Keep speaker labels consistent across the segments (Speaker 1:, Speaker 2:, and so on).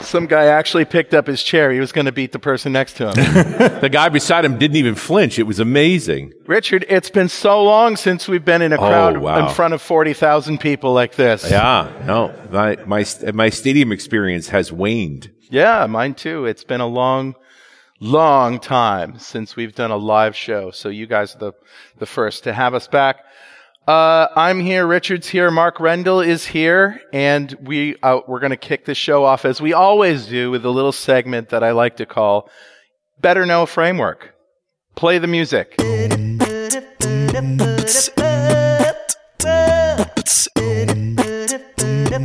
Speaker 1: some guy actually picked up his chair. He was going to beat the person next to him.
Speaker 2: The guy beside him didn't even flinch. It was amazing.
Speaker 1: Richard, it's been so long since we've been in a crowd
Speaker 2: Oh, wow.
Speaker 1: in front of 40,000 people like this.
Speaker 2: Yeah, no, my my st- my stadium experience has waned.
Speaker 1: Yeah, mine too. It's been a long, long time since we've done a live show. So you guys are the, the first to have us back. Uh, I'm here. Richard's here. Mark Rendell is here. And we, uh, we're going to kick the show off as we always do with a little segment that I like to call Better Know Framework. Play the music.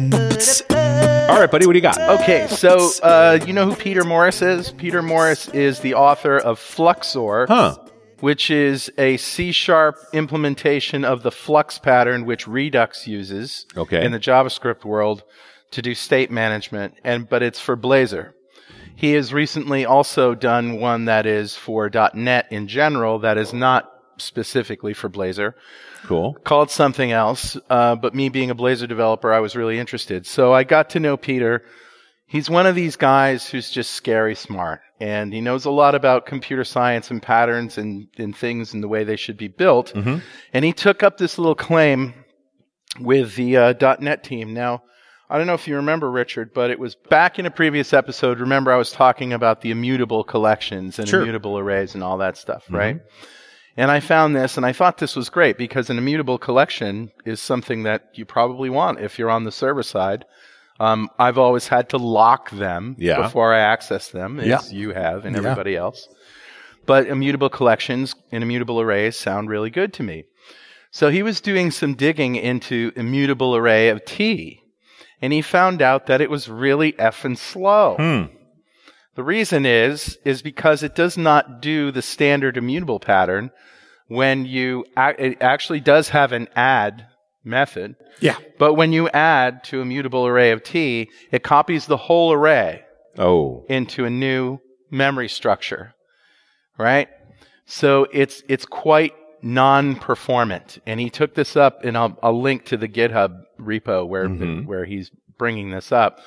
Speaker 2: All right, buddy, what do you got? Oh,
Speaker 1: Okay, so uh, you know who Peter Morris is? Peter Morris is the author of Fluxor,
Speaker 2: Huh.
Speaker 1: which is a C sharp implementation of the flux pattern which Redux uses
Speaker 2: Okay.
Speaker 1: in the JavaScript world to do state management, and but it's for Blazor. He has recently also done one that is for .NET in general that is not specifically for Blazor
Speaker 2: Cool.
Speaker 1: called something else, uh, but me being a Blazor developer, I was really interested. So I got to know Peter. He's one of these guys who's just scary smart, and he knows a lot about computer science and patterns and, and things and the way they should be built. And he took up this little claim with the uh, .NET team. Now, I don't know if you remember Richard, but it was back in a previous episode. Remember, I was talking about the immutable collections and
Speaker 2: Sure.
Speaker 1: immutable arrays and all that stuff, right? And I found this and I thought this was great because an immutable collection is something that you probably want if you're on the server side. Um, I've always had to lock them
Speaker 2: Yeah.
Speaker 1: before I access them, as
Speaker 3: Yeah.
Speaker 1: you have and
Speaker 3: Yeah.
Speaker 1: everybody else. But immutable collections and immutable arrays sound really good to me. So he was doing some digging into immutable array of T, and he found out that it was really effing slow.
Speaker 3: Hmm.
Speaker 1: The reason is is because it does not do the standard immutable pattern when you ac- it actually does have an add method,
Speaker 3: Yeah.
Speaker 1: but when you add to immutable array of T, it copies the whole array
Speaker 2: Oh,
Speaker 1: into a new memory structure, right? So it's it's quite non-performant. And he took this up, and I'll, I'll link to the GitHub repo where where he's bringing this up.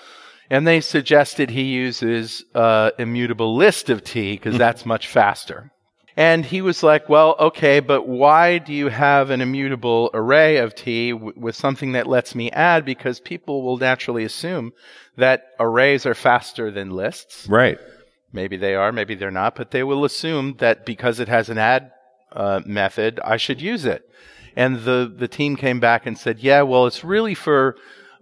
Speaker 1: And they suggested he uses uh, immutable list of T because that's much faster. And he was like, "Well, okay, but why do you have an immutable array of T w- with something that lets me add? Because people will naturally assume that arrays are faster than lists.
Speaker 2: right.
Speaker 1: Maybe they are, maybe they're not, but they will assume that because it has an add uh, method, I should use it. And the, the team came back and said, yeah, well, it's really for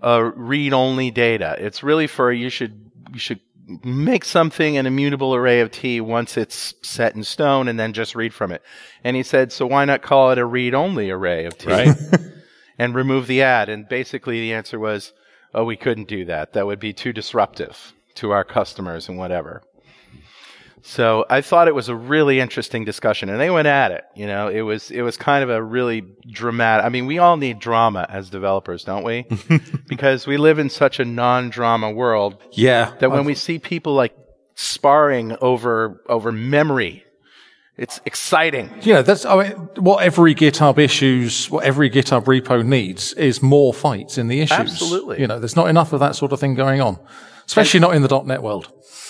Speaker 1: uh, read only data. It's really for you should you should make something an immutable array of t once it's set in stone and then just read from it. And he said, so why not call it a read only array of t?
Speaker 2: Right.
Speaker 1: and remove the ad. And basically, the answer was, oh, we couldn't do that. That would be too disruptive to our customers and whatever. So I thought it was a really interesting discussion, and they went at it. You know, it was it was kind of a really dramatic. I mean, we all need drama as developers, don't we? because we live in such a non-drama world
Speaker 3: Yeah.
Speaker 1: that when we see people like sparring over over memory, it's exciting.
Speaker 3: yeah, that's I mean, what every GitHub issues, what every GitHub repo needs is more fights in the issues.
Speaker 1: Absolutely.
Speaker 3: You know, there's not enough of that sort of thing going on, especially not in the .NET world.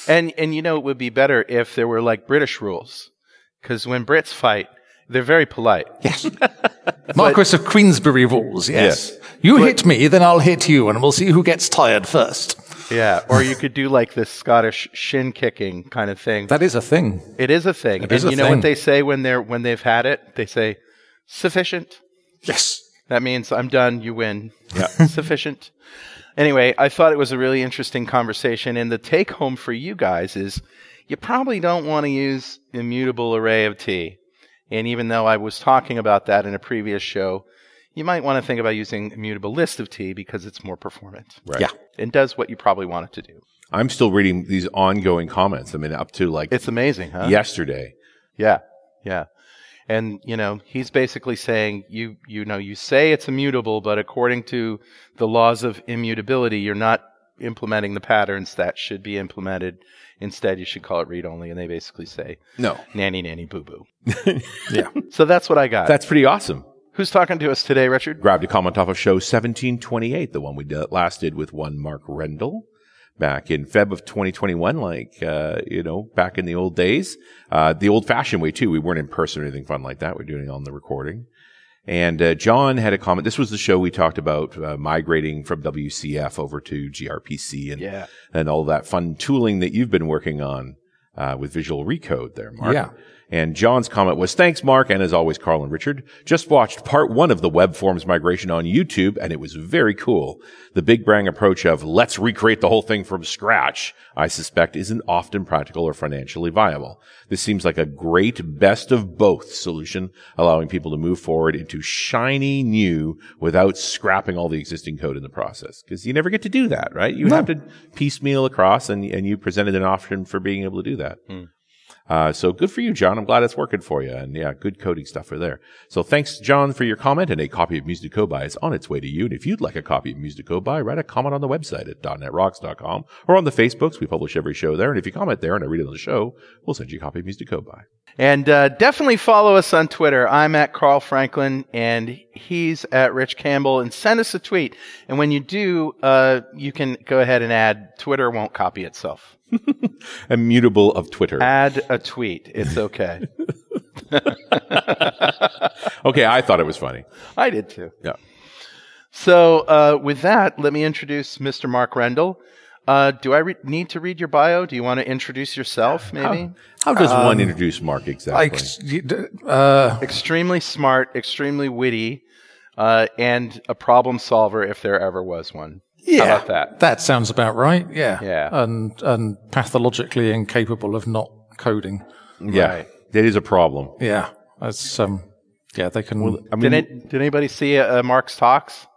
Speaker 1: And and you know it would be better if there were like British rules, because when Brits fight, they're very polite.
Speaker 3: Marquis of Queensberry rules. Yes. You hit me, then I'll hit you, and we'll see who gets tired first.
Speaker 1: Yeah. Or you could do like this Scottish shin kicking kind of thing.
Speaker 3: That is a thing.
Speaker 1: it is a thing.
Speaker 3: is
Speaker 1: and
Speaker 3: a
Speaker 1: you know
Speaker 3: thing.
Speaker 1: what they say when they're when they've had it? They say sufficient.
Speaker 3: Yes.
Speaker 1: That means I'm done. You win. Sufficient. Anyway, I thought it was a really interesting conversation. And the take home for you guys is you probably don't want to use immutable array of T. And even though I was talking about that in a previous show, you might want to think about using immutable list of T because it's more performant
Speaker 2: Right.
Speaker 3: Yeah.
Speaker 1: and does what you probably want it to do.
Speaker 2: I'm still reading these ongoing comments. I mean, up to like
Speaker 1: It's amazing,
Speaker 3: uh,
Speaker 1: huh?
Speaker 2: yesterday.
Speaker 1: Yeah. Yeah. And you know, he's basically saying you you know, you say it's immutable, but according to the laws of immutability, you're not implementing the patterns that should be implemented. Instead, you should call it read only and they basically say
Speaker 2: No,
Speaker 1: nanny nanny boo boo.
Speaker 3: Yeah.
Speaker 1: So that's what I got.
Speaker 2: that's pretty awesome.
Speaker 1: Who's talking to us today, Richard?
Speaker 2: Grabbed a comment off of show 1728, the one we did, last did with one Mark Rendell. back in Feb of 2021, like, uh, you know, back in the old days, uh, the old fashioned way too. We weren't in person or anything fun like that. We're doing it on the recording. And uh, John had a comment. This was the show we talked about uh, migrating from WCF over to GRPC and
Speaker 1: Yeah.
Speaker 2: and all that fun tooling that you've been working on uh, with Visual Recode there, Mark.
Speaker 3: Yeah.
Speaker 2: And John's comment was, thanks, Mark. And as always, Carl and Richard just watched part one of the web forms migration on YouTube. And it was very cool. The big bang approach of let's recreate the whole thing from scratch, I suspect isn't often practical or financially viable. This seems like a great best of both solution, allowing people to move forward into shiny new without scrapping all the existing code in the process. Cause you never get to do that, right? You have to piecemeal across and, and you presented an option for being able to do that. Uh, so good for you, John. I'm glad it's working for you. And yeah, good coding stuff for there. So thanks, John, for your comment. And a copy of Music to Go By is on its way to you. And if you'd like a copy of Music to Go By, write a comment on the website at .netrocks.com or on the Facebooks. We publish every show there. And if you comment there and I read it on the show, we'll send you a copy of Music to Go By.
Speaker 1: And uh, definitely follow us on Twitter. I'm at Carl Franklin, and he's at Rich Campbell. And send us a tweet. And when you do, uh, you can go ahead and add. Twitter won't copy itself.
Speaker 2: Immutable of Twitter.
Speaker 1: Add a tweet. It's okay.
Speaker 2: Okay, I thought it was funny.
Speaker 1: I did too.
Speaker 2: Yeah.
Speaker 1: So uh, with that, let me introduce Mr. Mark Rendell. Uh, do I re- need to read your bio? Do you want to introduce yourself? Maybe.
Speaker 2: How does one introduce Mark exactly?
Speaker 3: Like, you d- uh,
Speaker 1: Extremely smart, extremely witty, uh, and a problem solver if there ever was one.
Speaker 3: yeah,
Speaker 1: How about that?
Speaker 3: sounds about right. Yeah,
Speaker 1: Yeah.
Speaker 3: and and pathologically incapable of not coding.
Speaker 2: yeah,
Speaker 1: right.
Speaker 2: that is a problem.
Speaker 3: Yeah, that's um, yeah, they can.
Speaker 2: I mean,
Speaker 1: Did, it, did anybody see uh, Mark's talks?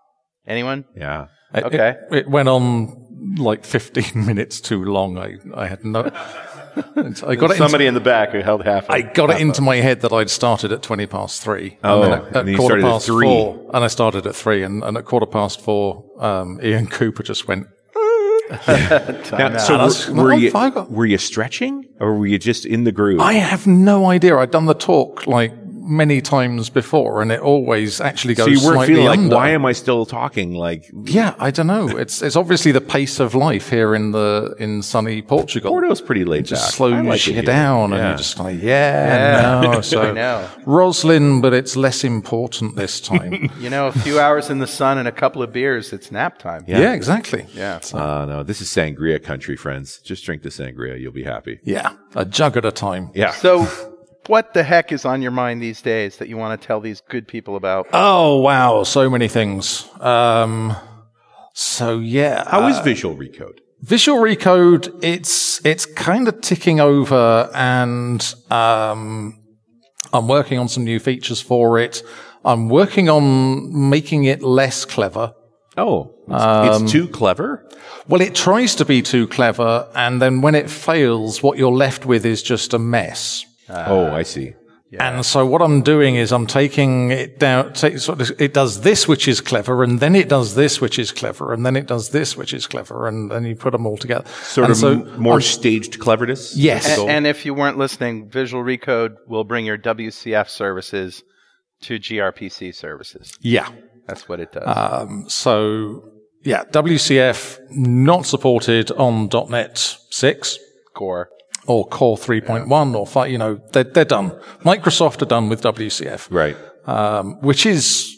Speaker 1: Anyone?
Speaker 2: yeah.
Speaker 3: It-
Speaker 1: Okay.
Speaker 3: It, it went on like 15 minutes too long. I, I had no. I got it. Into,
Speaker 2: Somebody in the back who held half.
Speaker 3: I got it into my head that I'd started at 20 past three.
Speaker 2: Oh,
Speaker 3: and then at,
Speaker 2: and
Speaker 3: at
Speaker 2: then you
Speaker 3: quarter
Speaker 2: started at
Speaker 3: past
Speaker 2: three.
Speaker 3: four, and I started at three, and, and at quarter past four, um, Ian Cooper just went.
Speaker 2: Now, so
Speaker 3: That's-
Speaker 2: were, were
Speaker 3: I'm
Speaker 2: you
Speaker 3: fine.
Speaker 2: were you stretching or were you just in the groove?
Speaker 3: I have no idea. I'd done the talk like many times before, and it always actually goes
Speaker 2: so you weren't
Speaker 3: slightly
Speaker 2: feeling like,
Speaker 3: under.
Speaker 2: why am I still talking? Like
Speaker 3: yeah, I don't know. It's it's obviously the pace of life here in the in sunny Portugal.
Speaker 2: Porto's pretty laid
Speaker 3: just
Speaker 2: back.
Speaker 3: slow
Speaker 2: I
Speaker 3: you
Speaker 2: like it
Speaker 3: shit
Speaker 2: here.
Speaker 3: down, and you're just like, yeah, no. So
Speaker 1: I know.
Speaker 3: Roslyn, but it's less important this time.
Speaker 1: You know, a few hours in the sun and a couple of beers, it's nap time.
Speaker 3: yeah. exactly.
Speaker 1: Yeah.
Speaker 2: Uh, no, this is sangria country, friends. Just drink the sangria, you'll be happy.
Speaker 3: yeah, a jug at a time.
Speaker 2: Yeah.
Speaker 1: So, what the heck is on your mind these days that you want to tell these good people about?
Speaker 3: Oh wow, so many things. Um, so yeah,
Speaker 2: How is Visual Recode?
Speaker 3: Visual Recode, it's it's kind of ticking over, and um, I'm working on some new features for it. I'm working on making it less clever.
Speaker 2: Oh, it's,
Speaker 3: um,
Speaker 2: it's too clever.
Speaker 3: Well, it tries to be too clever, and then when it fails, what you're left with is just a mess.
Speaker 2: oh, I see.
Speaker 3: And so what I'm doing is I'm taking it down. Take, sort of, it does this, which is clever, and then it does this, which is clever, and then it does this, which is clever, and then you put them all together.
Speaker 2: Sort
Speaker 3: And
Speaker 2: of
Speaker 3: so-
Speaker 2: m- more staged cleverness.
Speaker 3: Yes.
Speaker 1: And, and if you weren't listening, Visual Recode will bring your WCF services to gRPC services.
Speaker 3: yeah.
Speaker 1: That's what it does.
Speaker 3: Uh, So yeah, WCF not supported on .NET six.
Speaker 1: Core.
Speaker 3: or Core 3.1 or five, you know, they're, they're done. Microsoft are done with WCF,
Speaker 2: Right.
Speaker 3: um, which is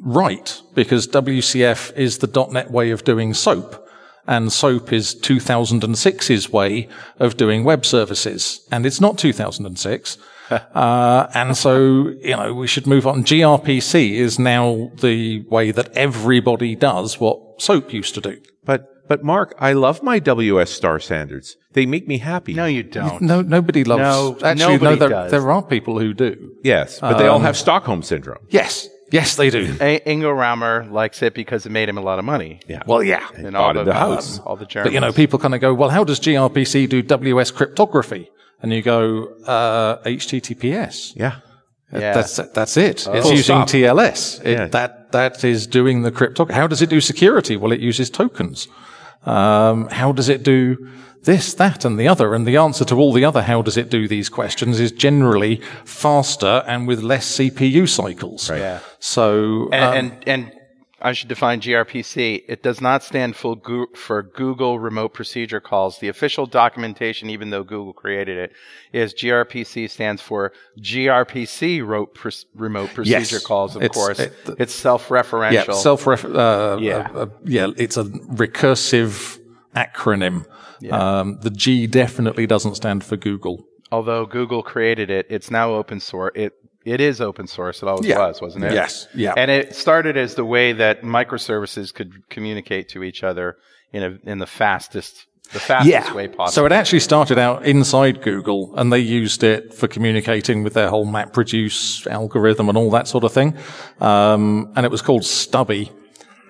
Speaker 3: right because WCF is the .NET way of doing SOAP. And SOAP is 2006's way of doing web services. And it's not 2006. uh, and so, you know, we should move on. gRPC is now the way that everybody does what SOAP used to do.
Speaker 2: But but Mark, I love my WS star standards. They make me happy.
Speaker 1: No, you don't.
Speaker 3: No, nobody loves.
Speaker 1: No,
Speaker 3: actually, no,
Speaker 1: nobody
Speaker 3: there,
Speaker 1: does.
Speaker 3: there are people who do.
Speaker 2: Yes, but
Speaker 3: Um,
Speaker 2: they all have Stockholm syndrome.
Speaker 3: Yes. Yes, they do.
Speaker 1: A- Ingo Raumer likes it because it made him a lot of money.
Speaker 2: Yeah.
Speaker 3: Well, yeah.
Speaker 1: And all the,
Speaker 2: Bought the house.
Speaker 1: all the Germans.
Speaker 3: But, you know, people kind of go, well, how does gRPC do WS cryptography? And you go, uh, HTTPS.
Speaker 2: yeah. Oh.
Speaker 1: Yeah.
Speaker 3: That's, that's it. It's
Speaker 2: Full
Speaker 3: using
Speaker 2: stop.
Speaker 3: TLS. It,
Speaker 2: Yeah.
Speaker 3: That, that is doing the cryptography. How does it do security? Well, it uses tokens. Um, how does it do this, that, and the other? And the answer to all the other how does it do these questions is generally faster and with less CPU cycles.
Speaker 2: Right. Yeah.
Speaker 3: So,
Speaker 1: and,
Speaker 3: um,
Speaker 1: and and I should define gRPC. It does not stand for, Goo- for Google Remote Procedure Calls. The official documentation, even though Google created it, is gRPC stands for gRPC ro- pr- Remote Procedure Calls. Of
Speaker 3: It's-
Speaker 1: course,
Speaker 3: it-
Speaker 1: it's self-referential.
Speaker 3: Yeah, self ref. Uh,
Speaker 1: Yeah.
Speaker 3: yeah. Uh, yeah, it's a recursive acronym. Um, the G definitely doesn't stand for Google.
Speaker 1: Although Google created it, it's now open source. It it is open source. It always
Speaker 3: Yeah.
Speaker 1: was, wasn't it?
Speaker 3: Yes. Yeah.
Speaker 1: And it started as the way that microservices could communicate to each other in a in the fastest the fastest way possible.
Speaker 3: So it actually started out inside Google and they used it for communicating with their whole map reduce algorithm and all that sort of thing. Um, and it was called Stubby.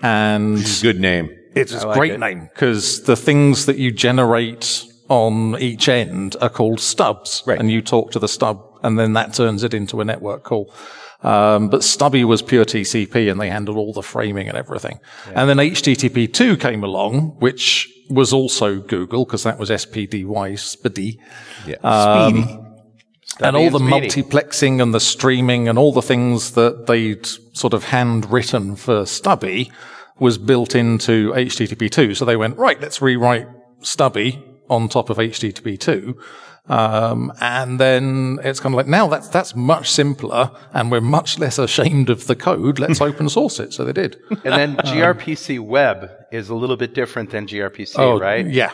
Speaker 3: And
Speaker 2: Good name.
Speaker 3: it's a great name because the things that you generate on each end are called stubs.
Speaker 2: Right.
Speaker 3: And you talk to the stub and then that turns it into a network call. Um, but Stubby was pure TCP and they handled all the framing and everything. And then HTTP2 came along, which was also Google because that was SPDY, SPDY.
Speaker 2: Yeah.
Speaker 3: Uh, and all
Speaker 1: and
Speaker 3: the
Speaker 1: Speedy.
Speaker 3: multiplexing and the streaming and all the things that they'd sort of handwritten for Stubby was built into HTTP2. So they went, right, let's rewrite Stubby on top of HTTP2. Um, and then it's kind of like, now that's, that's much simpler and we're much less ashamed of the code. Let's open source it. So they did.
Speaker 1: and then
Speaker 3: Um,
Speaker 1: gRPC web is a little bit different than gRPC, right?
Speaker 3: Oh, Yeah.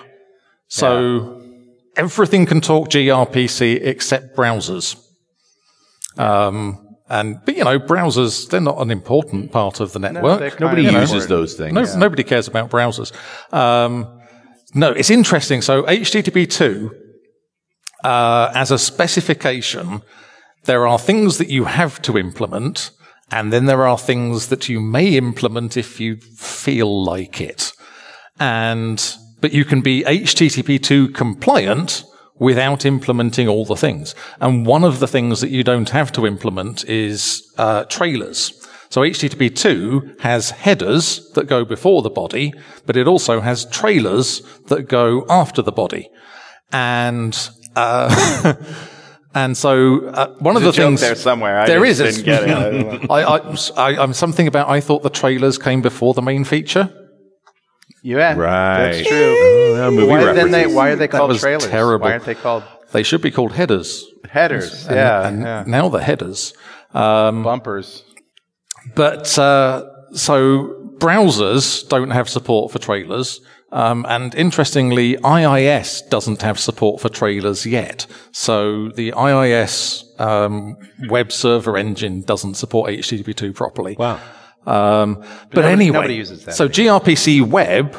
Speaker 3: So everything can talk gRPC except browsers. Um, and but you know, browsers they're not an important part of the network.
Speaker 1: they're kind
Speaker 2: Nobody
Speaker 1: You know.
Speaker 2: uses those things.
Speaker 3: No, Nobody cares about browsers. Um, no, it's interesting. So HTTP2, uh, as a specification, there are things that you have to implement, and then there are things that you may implement if you feel like it. And, but you can be HTTP2 compliant without implementing all the things. And one of the things that you don't have to implement is uh, trailers. So HTTP2 has headers that go before the body, but it also has trailers that go after the body. And, uh, and so uh, one of the
Speaker 1: joke
Speaker 3: things
Speaker 1: there somewhere. I
Speaker 3: there
Speaker 1: just
Speaker 3: is,
Speaker 1: didn't get it. I
Speaker 3: I, I, I, I'm something about I thought the trailers came before the main feature.
Speaker 1: Yeah,
Speaker 2: Right.
Speaker 1: That's
Speaker 3: Oh,
Speaker 1: true.
Speaker 2: Uh, movie
Speaker 1: Why, then they,
Speaker 2: references.
Speaker 1: why are they called
Speaker 3: was
Speaker 1: trailers?
Speaker 3: terrible.
Speaker 1: Why aren't they called
Speaker 3: They should be called headers.
Speaker 1: headers? yeah,
Speaker 3: and
Speaker 1: yeah.
Speaker 3: now the headers.
Speaker 1: bumpers.
Speaker 3: But uh, so browsers don't have support for trailers. Um, and interestingly, IIS doesn't have support for trailers yet. So the IIS um, web server engine doesn't support HTTP2 properly. Wow. Um, but
Speaker 1: nobody-
Speaker 3: anyway,
Speaker 1: nobody uses that
Speaker 3: so gRPC web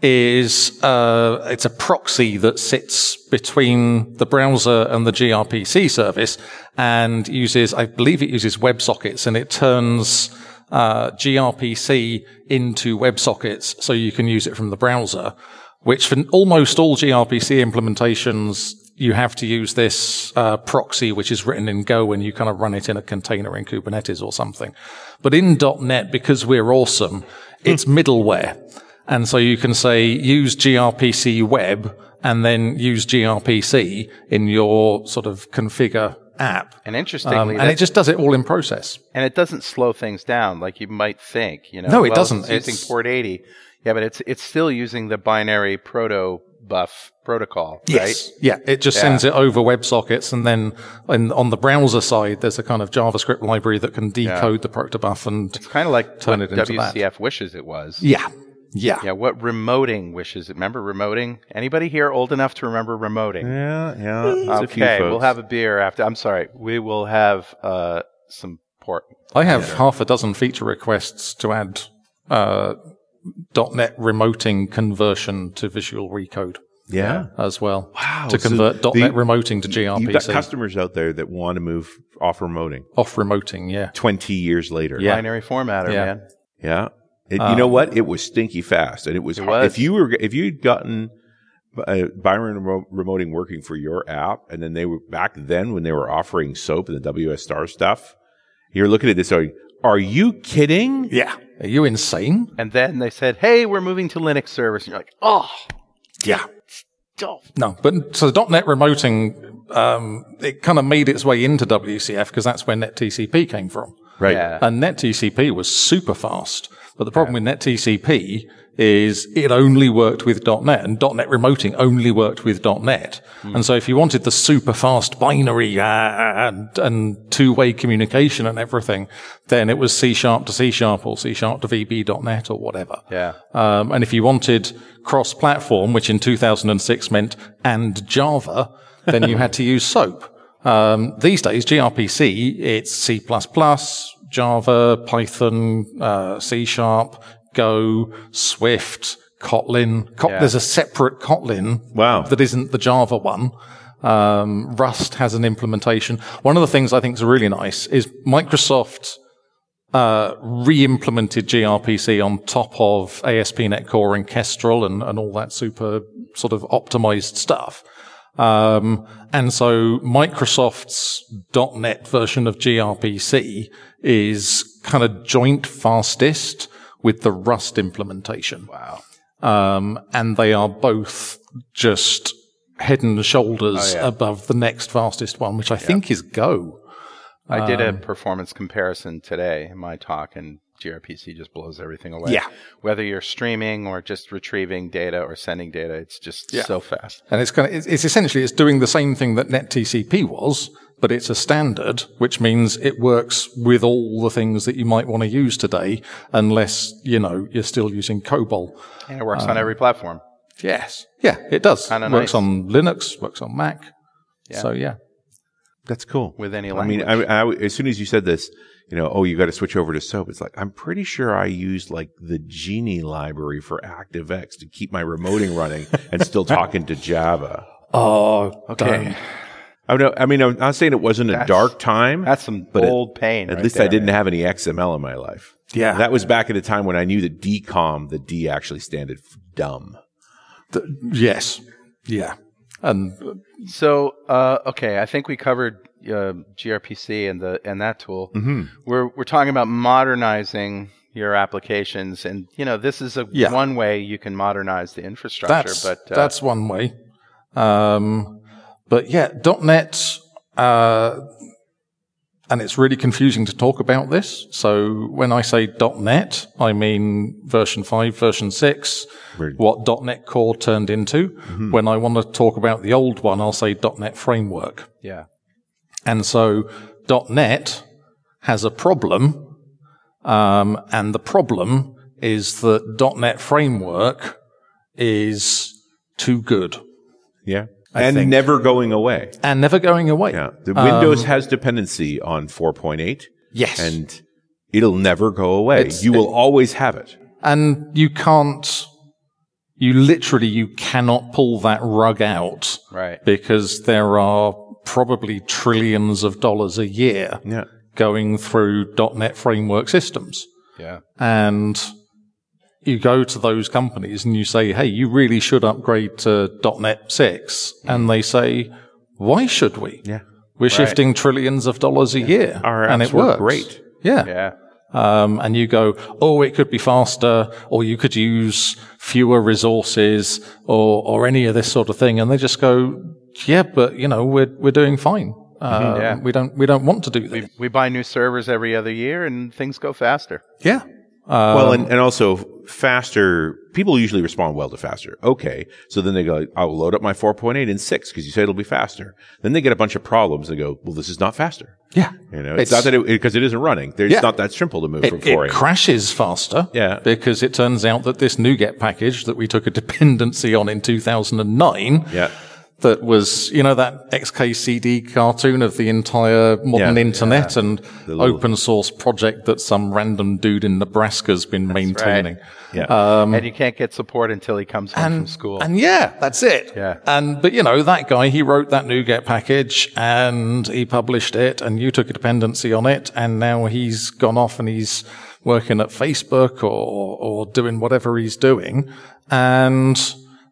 Speaker 3: is uh, it's a proxy that sits between the browser and the gRPC service, and uses I believe it uses WebSockets, and it turns uh, gRPC into WebSockets, so you can use it from the browser. Which for almost all gRPC implementations, you have to use this uh, proxy, which is written in Go, and you kind of run it in a container in Kubernetes or something. But in .NET, because we're awesome, it's middleware. And so you can say use gRPC web and then use gRPC in your sort of configure app.
Speaker 1: And
Speaker 3: Um,
Speaker 1: interestingly,
Speaker 3: and it just does it all in process.
Speaker 1: and it doesn't slow things down like you might think. You know,
Speaker 3: No, it
Speaker 1: Well,
Speaker 3: doesn't.
Speaker 1: It's using
Speaker 3: It's-
Speaker 1: port eighty, yeah, but it's it's still using the binary proto buff protocol, right?
Speaker 3: Yeah. It just sends it over WebSockets. And then and on the browser side, there's a kind of JavaScript library that can decode the protobuf and
Speaker 1: It's kind of like
Speaker 3: Turn
Speaker 1: what
Speaker 3: it into that.
Speaker 1: WCF wishes it was.
Speaker 3: yeah. Yeah.
Speaker 1: Yeah, what remoting wishes it? Remember remoting? Anybody here old enough to remember remoting?
Speaker 2: Yeah, yeah. there's a
Speaker 1: Hmm.
Speaker 2: few
Speaker 1: Okay, we'll
Speaker 2: folks.
Speaker 1: have a beer after. I'm sorry, we will have uh, some port.
Speaker 3: I have half a dozen feature requests to add, uh, .NET remoting conversion to visual recode.
Speaker 2: yeah.
Speaker 3: as well.
Speaker 2: Wow,
Speaker 3: To
Speaker 2: so
Speaker 3: convert
Speaker 2: the-
Speaker 3: .NET remoting to
Speaker 2: You've got
Speaker 3: gRPC
Speaker 2: customers out there that want to move off remoting
Speaker 3: off remoting. Yeah.
Speaker 2: 20 years later.
Speaker 3: Yeah.
Speaker 1: Binary formatter,
Speaker 3: Yeah.
Speaker 1: man.
Speaker 2: Yeah. It, you know what? It was stinky fast, and it was,
Speaker 1: Um, was.
Speaker 2: if you were if you'd gotten uh, Byron remo- remoting working for your app, and then they were back then when they were offering soap and the WS Star stuff, you're looking at this going, "Are you kidding?"
Speaker 3: Yeah. Are you insane?
Speaker 1: And then they said, "Hey, we're moving to Linux servers," and you're like, "Oh,
Speaker 3: Yeah.
Speaker 1: don't."
Speaker 3: No, but so .NET remoting, um, it kind of made its way into WCF because that's where NetTCP came from.
Speaker 2: Right. Uh,
Speaker 1: Yeah.
Speaker 3: And NetTCP was super fast. But the problem with NetTCP is it only worked with .NET and .NET remoting only worked with .NET.
Speaker 1: Hmm.
Speaker 3: And so if you wanted the super fast binary uh, and, and two-way communication and everything, then it was C sharp to C sharp or C sharp to VB.NET or whatever.
Speaker 1: Yeah.
Speaker 3: Um, and if you wanted cross-platform, which in 2006 meant and Java, then you had to use SOAP. Um, these days, gRPC, it's C++, Java, Python, uh, C Sharp, Go, Swift, Kotlin. Kot- There's a separate Kotlin
Speaker 2: Wow.
Speaker 3: that isn't the Java one. Um, Rust has an implementation. One of the things I think is really nice is Microsoft uh, re-implemented gRPC on top of ASP.NET Core and Kestrel and, and all that super sort of optimized stuff. Um, and so Microsoft's .NET version of gRPC is kind of joint fastest with the Rust implementation. Wow. Um, and they are both just head and shoulders above the next fastest one, which I think is Go.
Speaker 1: I did
Speaker 2: um,
Speaker 1: a performance comparison today in my talk, and gRPC just blows everything away.
Speaker 2: Yeah.
Speaker 1: Whether you're streaming or just retrieving data or sending data, it's just so fast.
Speaker 2: Uh,
Speaker 3: And it's kind of, it's, it's essentially, it's doing the same thing that NetTCP was, but it's a standard, which means it works with all the things that you might want to use today, unless, you know, you're still using COBOL.
Speaker 1: And it works
Speaker 2: um,
Speaker 1: on every platform.
Speaker 3: Yes. Yeah, it does.
Speaker 1: Kinda nice.
Speaker 3: works on Linux, works on Mac. So yeah.
Speaker 2: That's cool.
Speaker 1: With any
Speaker 2: I mean, I, I, as soon as you said this, you know, oh, you got to switch over to soap. It's like I'm pretty sure I used like the Genie library for ActiveX to keep my remoting running and still talking to Java.
Speaker 3: Oh,
Speaker 1: Okay.
Speaker 2: I know. I mean, I'm not saying it wasn't a dark time.
Speaker 1: That's some
Speaker 2: But it-
Speaker 1: old pain.
Speaker 2: At
Speaker 1: right
Speaker 2: least I
Speaker 1: there.
Speaker 2: didn't have any XML in my life.
Speaker 3: Yeah.
Speaker 2: that was back at a time when I knew that DCOM, the D actually standed for dumb.
Speaker 3: yes. Yeah. And
Speaker 1: So, uh, okay, I think we covered uh, gRPC and the and that tool.
Speaker 3: Mm-hmm.
Speaker 1: We're we're talking about modernizing your applications, and you know this is a
Speaker 3: Yeah.
Speaker 1: one way you can modernize the infrastructure.
Speaker 3: that's,
Speaker 1: but uh,
Speaker 3: that's one way. Um, but yeah, .NET, uh, and it's really confusing to talk about this. So when I say .NET, I mean version 5, version 6, what .NET Core turned into.
Speaker 1: Mm-hmm.
Speaker 3: When I want to talk about the old one, I'll say .NET Framework.
Speaker 1: yeah,
Speaker 3: And so .NET has a problem, um, and the problem is that .NET Framework is too good
Speaker 2: Yeah, and never going away.
Speaker 3: and never going away.
Speaker 2: Yeah, the Windows
Speaker 1: Um,
Speaker 2: has dependency on 4.8,
Speaker 3: Yes, and,
Speaker 2: and it'll never go away. You will always have it.
Speaker 3: you can't. You literally you cannot pull that rug out
Speaker 1: right.
Speaker 3: because there are probably trillions of dollars a year
Speaker 2: Yeah.
Speaker 3: going through .NET Framework systems.
Speaker 1: Yeah,
Speaker 3: and you go to those companies and you say, "Hey, you really should upgrade to .NET 6," and they say, "Why should we?
Speaker 2: Yeah.
Speaker 3: We're shifting trillions of dollars a year,
Speaker 2: Our
Speaker 3: and
Speaker 2: apps
Speaker 3: it
Speaker 2: work
Speaker 3: works
Speaker 2: great.
Speaker 3: Yeah,
Speaker 1: yeah,
Speaker 3: um, and you go, oh, it could be faster, or you could use fewer resources, or or any of this sort of thing, and they just go, yeah, but you know, we're we're doing fine.
Speaker 2: Mm-hmm.
Speaker 3: Um,
Speaker 1: yeah.
Speaker 3: We don't we don't want to do that.
Speaker 1: we buy new servers every other year, and things go faster.
Speaker 3: Yeah,
Speaker 2: well,
Speaker 3: Um,
Speaker 2: and, and also faster. People usually respond well to faster. Okay. So then they go, I'll load up my 4.8 and 6 because you said it'll be faster. Then they get a bunch of problems and go, well, this is not faster.
Speaker 3: yeah.
Speaker 2: You know, it's, not that it, because it isn't running. There's
Speaker 3: Yeah.
Speaker 2: not that simple to move from
Speaker 3: It, it
Speaker 2: 4.8.
Speaker 3: crashes faster.
Speaker 2: Yeah.
Speaker 3: Because it turns out that this NuGet package that we took a dependency on in 2009.
Speaker 2: yeah.
Speaker 3: That was, you know, that XKCD cartoon of the entire modern
Speaker 2: Yeah.
Speaker 3: internet and open source project that some random dude in Nebraska's been maintaining.
Speaker 2: Yeah.
Speaker 3: Uh,
Speaker 1: and you can't get support until he comes home from school.
Speaker 3: Um, And yeah, that's it.
Speaker 1: Yeah.
Speaker 3: And, but you know, that guy, he wrote that NuGet package and he published it and you took a dependency on it. And now he's gone off and he's working at Facebook or, or doing whatever he's doing. And,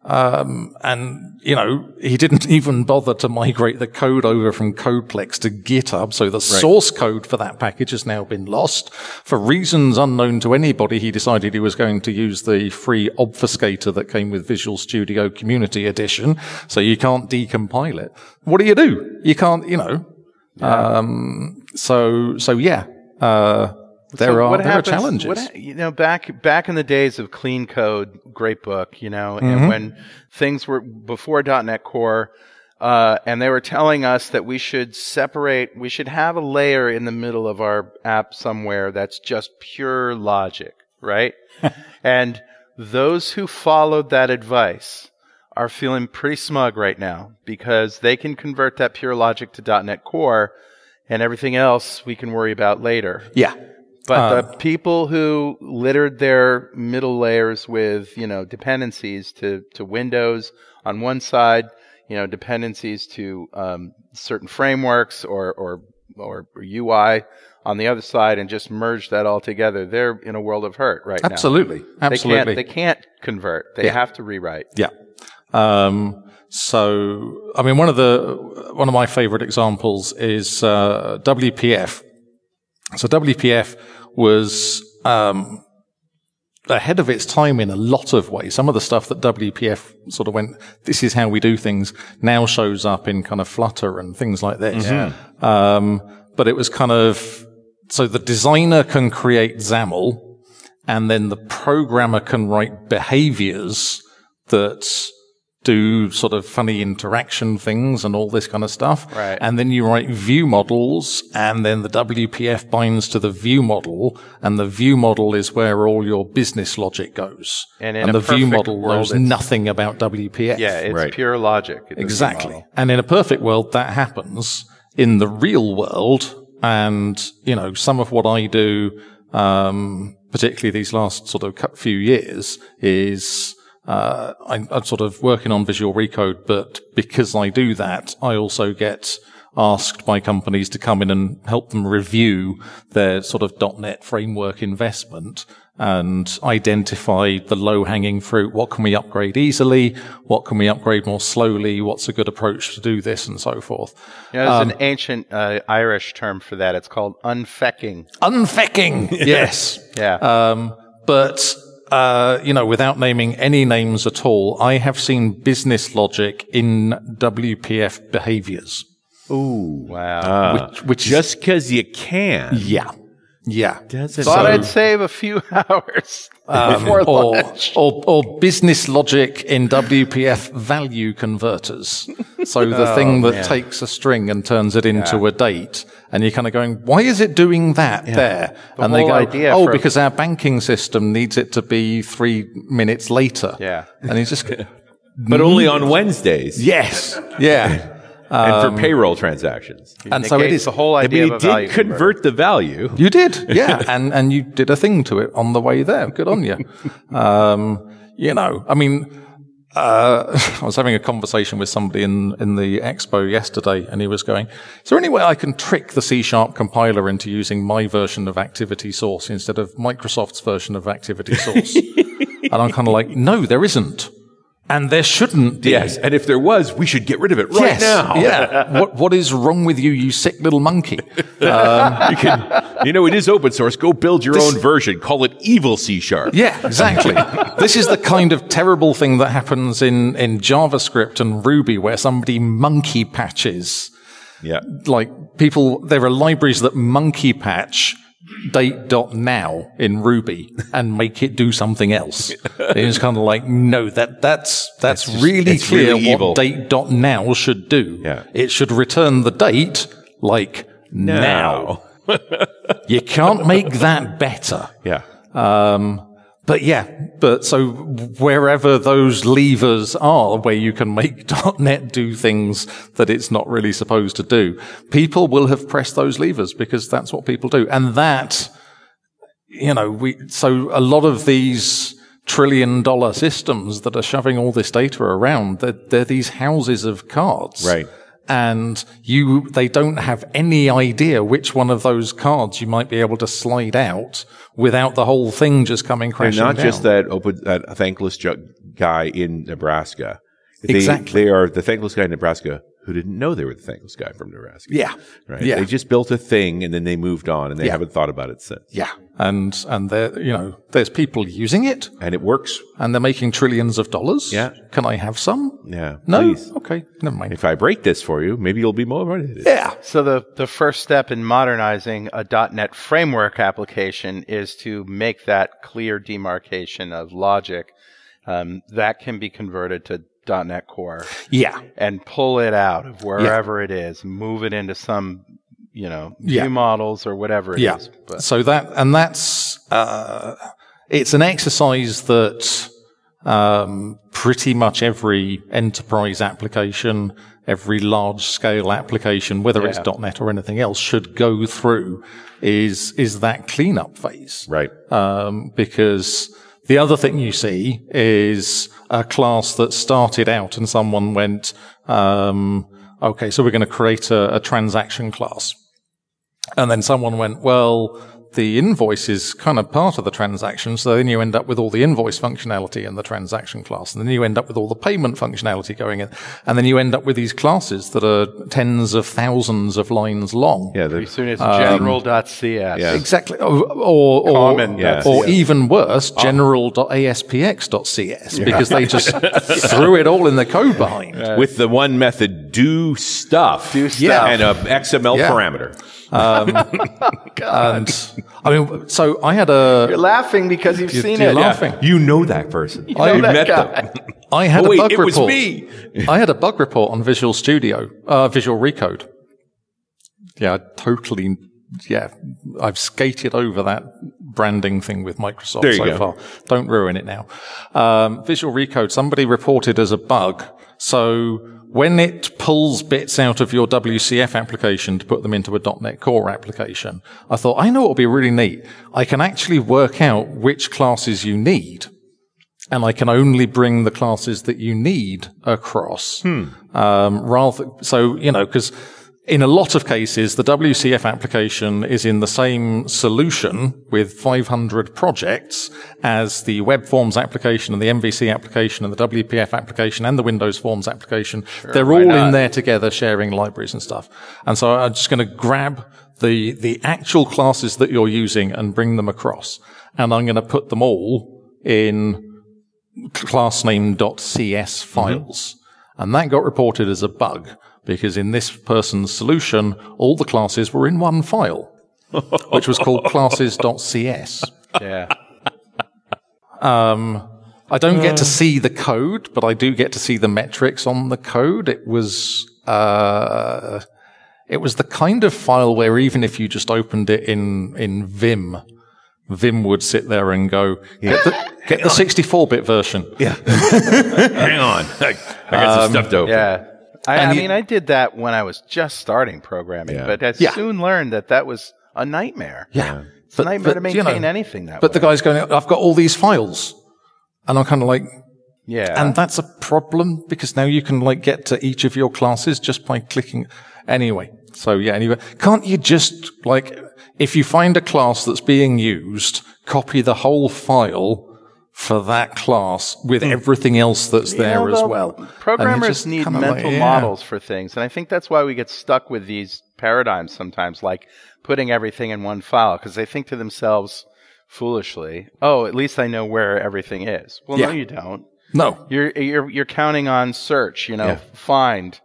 Speaker 3: um, and you know, he didn't even bother to migrate the code over from Codeplex to GitHub. So the source code for that package has now been lost. For reasons unknown to anybody, he decided he was going to use the free obfuscator that came with Visual Studio Community Edition. So you can't decompile it. What do you do? You can't, you know. Um, so, so yeah, uh, There
Speaker 1: So
Speaker 3: are
Speaker 1: what
Speaker 3: there
Speaker 1: happens-
Speaker 3: are challenges.
Speaker 1: what ha- you know, back back in the days of clean code, great book, you know, and when things were before .NET Core, uh, and they were telling us that we should separate, we should have a layer in the middle of our app somewhere that's just pure logic, right? and those who followed that advice are feeling pretty smug right now because they can convert that pure logic to .NET Core, and everything else we can worry about later.
Speaker 3: yeah.
Speaker 1: But
Speaker 3: Um,
Speaker 1: the people who littered their middle layers with, you know, dependencies to, to Windows on one side, you know, dependencies to um, certain frameworks or, or, or UI on the other side and just merged that all together, they're in a world of hurt right
Speaker 3: Absolutely.
Speaker 1: now. They
Speaker 3: Absolutely.
Speaker 1: can't, they can't convert. They have to rewrite.
Speaker 3: Yeah. Um, so, I mean, one of the one of my favorite examples is uh, WPF. So WPF was um, ahead of its time in a lot of ways. Some of the stuff that WPF sort of went, this is how we do things, now shows up in kind of Flutter and things like this. Um, but it was kind of so the designer can create XAML, and then the programmer can write behaviors that do sort of funny interaction things and all this kind of stuff.
Speaker 1: Right.
Speaker 3: And then you write view models and then the WPF binds to the view model and the view model is where all your business logic goes.
Speaker 1: And in a
Speaker 3: the view
Speaker 1: perfect
Speaker 3: model
Speaker 1: world,
Speaker 3: knows
Speaker 1: it's-
Speaker 3: nothing about WPF.
Speaker 1: Yeah, it's
Speaker 2: Right.
Speaker 1: pure logic. It doesn't
Speaker 3: Exactly. And in a perfect world, that happens. In the real world, and you know, some of what I do, um, particularly these last sort of cou- few years, is uh, I'm, I'm sort of working on Visual Recode, but because I do that, I also get asked by companies to come in and help them review their sort of .NET framework investment and identify the low hanging fruit. What can we upgrade easily? What can we upgrade more slowly? What's a good approach to do this and so forth?
Speaker 1: You know, there's
Speaker 3: Um,
Speaker 1: an ancient uh, Irish term for that. It's called unfecking.
Speaker 3: uh, Unfecking! yes.
Speaker 1: Yeah.
Speaker 3: Um, but, uh, you know, without naming any names at all, I have seen business logic in WPF behaviors.
Speaker 1: wow.
Speaker 3: which, which is-
Speaker 2: Uh, Just because you can.
Speaker 3: yeah. Yeah.
Speaker 2: Doesn't
Speaker 1: Thought I'd save a few hours before
Speaker 3: Um, or,
Speaker 1: lunch.
Speaker 3: or, or business logic in WPF value converters. So
Speaker 1: Oh,
Speaker 3: the thing that takes a string and turns it into a date. And you're kind of going, why is it doing that there? and they
Speaker 1: whole
Speaker 3: go,
Speaker 1: idea
Speaker 3: oh,
Speaker 1: for-
Speaker 3: because our banking system needs it to be three minutes later.
Speaker 1: Yeah.
Speaker 3: And you just, go,
Speaker 2: but only on Wednesdays
Speaker 3: yes. Yeah.
Speaker 2: and
Speaker 3: Um,
Speaker 2: for payroll transactions.
Speaker 3: And so it
Speaker 1: Negates
Speaker 3: is
Speaker 1: the whole
Speaker 2: I
Speaker 1: idea
Speaker 2: mean,
Speaker 1: of a
Speaker 2: it
Speaker 1: value
Speaker 2: did convert the value.
Speaker 3: You did, yeah, and and you did a thing to it on the way there. Good on you. Um, you know, I mean, uh, I was having a conversation with somebody in in the expo yesterday, and he was going, "Is there any way I can trick the C sharp compiler into using my version of Activity Source instead of Microsoft's version of Activity Source?" and I'm kind of like, "No, there isn't, and there shouldn't be."
Speaker 2: Yes, and if there was, we should get rid of it right
Speaker 3: Yes.
Speaker 2: now.
Speaker 3: Yeah. what what is wrong with you, you sick little monkey?
Speaker 2: you can, you know, it is open source. Go build your own version. Call it Evil C Sharp.
Speaker 3: Yeah, exactly. this is the kind of terrible thing that happens in, in JavaScript and Ruby where somebody monkey patches.
Speaker 2: Yeah.
Speaker 3: Like people, there are libraries that monkey patch date.now in Ruby and make it do something else. it's kind of like, no, that, that's, that's really
Speaker 2: it's
Speaker 3: clear
Speaker 2: really evil.
Speaker 3: what date.now should do.
Speaker 2: Yeah.
Speaker 3: It should return the date like now. You can't make that better.
Speaker 2: Yeah.
Speaker 3: Um, but yeah, but so wherever those levers are where you can make .NET do things that it's not really supposed to do, people will have pressed those levers because that's what people do. And that, you know, we, so a lot of these trillion dollar systems that are shoving all this data around, they're, they're these houses of cards.
Speaker 2: Right.
Speaker 3: And you, they don't have any idea which one of those cards you might be able to slide out without the whole thing just coming crashing
Speaker 2: Not just
Speaker 3: down.
Speaker 2: that open, that thankless ju- guy in Nebraska. They,
Speaker 3: Exactly.
Speaker 2: They are the thankless guy in Nebraska who didn't know they were the thankless guy from Nebraska.
Speaker 3: Yeah.
Speaker 2: Right.
Speaker 3: Yeah.
Speaker 2: They just built a thing and then they moved on and they haven't thought about it since.
Speaker 3: Yeah. And, and there, you know, there's people using it
Speaker 2: And it works.
Speaker 3: and they're making trillions of dollars.
Speaker 2: Yeah.
Speaker 3: Can I have some?
Speaker 2: Yeah.
Speaker 3: No?
Speaker 2: Please.
Speaker 3: Okay. Never mind.
Speaker 2: If I break this for you, maybe you'll be more motivated.
Speaker 3: Yeah.
Speaker 1: So the, the first step in modernizing a .NET framework application is to make that clear demarcation of logic um, that can be converted to .NET Core
Speaker 3: Yeah.
Speaker 1: and pull it out of wherever it is, move it into some, you know,
Speaker 3: Yeah.
Speaker 1: view models or whatever it is.
Speaker 3: Yeah.
Speaker 1: But
Speaker 3: So that, and that's, uh, it's an exercise that, um, pretty much every enterprise application, every large scale application, whether it's .NET or anything else should go through is, is that cleanup phase.
Speaker 2: Right.
Speaker 3: Um, because the other thing you see is a class that started out and someone went, um, okay, so we're going to create a, a transaction class. And then someone went, well, the invoice is kind of part of the transaction. So then you end up with all the invoice functionality in the transaction class. And then you end up with all the payment functionality going in. And then you end up with these classes that are tens of thousands of lines long.
Speaker 2: Yeah. the-
Speaker 1: pretty soon it's
Speaker 3: um,
Speaker 1: general.cs.
Speaker 2: Yeah.
Speaker 3: Exactly. Or, or, or,
Speaker 1: Common,
Speaker 2: yeah. Ah.
Speaker 3: or even worse, general.aspx.cs, because they just threw it all in the code bind.
Speaker 2: with the one method, do stuff. Do
Speaker 1: stuff.
Speaker 2: And a XML parameter.
Speaker 3: And I mean, so I had a.
Speaker 1: You're laughing because you've seen
Speaker 3: you're
Speaker 1: it.
Speaker 3: laughing.
Speaker 2: You know that person.
Speaker 3: I-
Speaker 2: You've
Speaker 3: that
Speaker 2: met
Speaker 1: guy.
Speaker 2: them.
Speaker 3: I had
Speaker 2: Oh,
Speaker 3: a
Speaker 2: wait,
Speaker 3: bug
Speaker 2: it was
Speaker 3: report.
Speaker 2: me.
Speaker 3: I had a bug report on Visual Studio, uh, Visual Recode. Yeah, I totally. Yeah, I've skated over that branding thing with Microsoft
Speaker 2: There you
Speaker 3: so
Speaker 2: go.
Speaker 3: far. Don't ruin it now. Um, Visual Recode, somebody reported as a bug. So when it pulls bits out of your WCF application to put them into a .NET Core application, I thought, I know what would be really neat. I can actually work out which classes you need and I can only bring the classes that you need across. Um, rather, so you know, because in a lot of cases, the WCF application is in the same solution with 500 projects as the Web Forms application and the MVC application and the WPF application and the Windows Forms application. They're all in there together, sharing libraries and stuff. And so I'm just going to grab the the actual classes that you're using and bring them across. And I'm going to put them all in classname.cs files. And that got reported as a bug because in this person's solution, all the classes were in one file, which was called classes.cs.
Speaker 1: Yeah.
Speaker 3: I don't get to see the code, but I do get to see the metrics on the code. It was, uh, it was the kind of file where even if you just opened it in, in Vim, Vim would sit there and go, get the, get the 64-bit version.
Speaker 2: Hang on. I, I got some stuff to open.
Speaker 1: Yeah. I, I
Speaker 3: you-
Speaker 1: mean, I did that when I was just starting programming,
Speaker 2: Yeah.
Speaker 1: but I
Speaker 3: Yeah.
Speaker 1: soon learned that that was a nightmare.
Speaker 3: Yeah.
Speaker 1: It's a nightmare to
Speaker 3: but, you
Speaker 1: maintain
Speaker 3: know,
Speaker 1: anything that
Speaker 3: But
Speaker 1: way.
Speaker 3: the guy's going, I've got all these files. And I'm kind of like,
Speaker 1: yeah.
Speaker 3: and that's a problem because now you can like get to each of your classes just by clicking. Anyway. So yeah, anyway, can't you just like, if you find a class that's being used, copy the whole file for that class with everything else that's there as
Speaker 1: Although
Speaker 3: well. And you
Speaker 1: Programmers
Speaker 3: just
Speaker 1: need
Speaker 3: kinda
Speaker 1: mental
Speaker 3: like, yeah.
Speaker 1: models for things, and I think that's why we get stuck with these paradigms sometimes, like putting everything in one file, because they think to themselves foolishly, "Oh, at least I know where everything is." Well, no,
Speaker 3: Yeah.
Speaker 1: you don't.
Speaker 3: No.
Speaker 1: You're you're you're counting on search, you know, find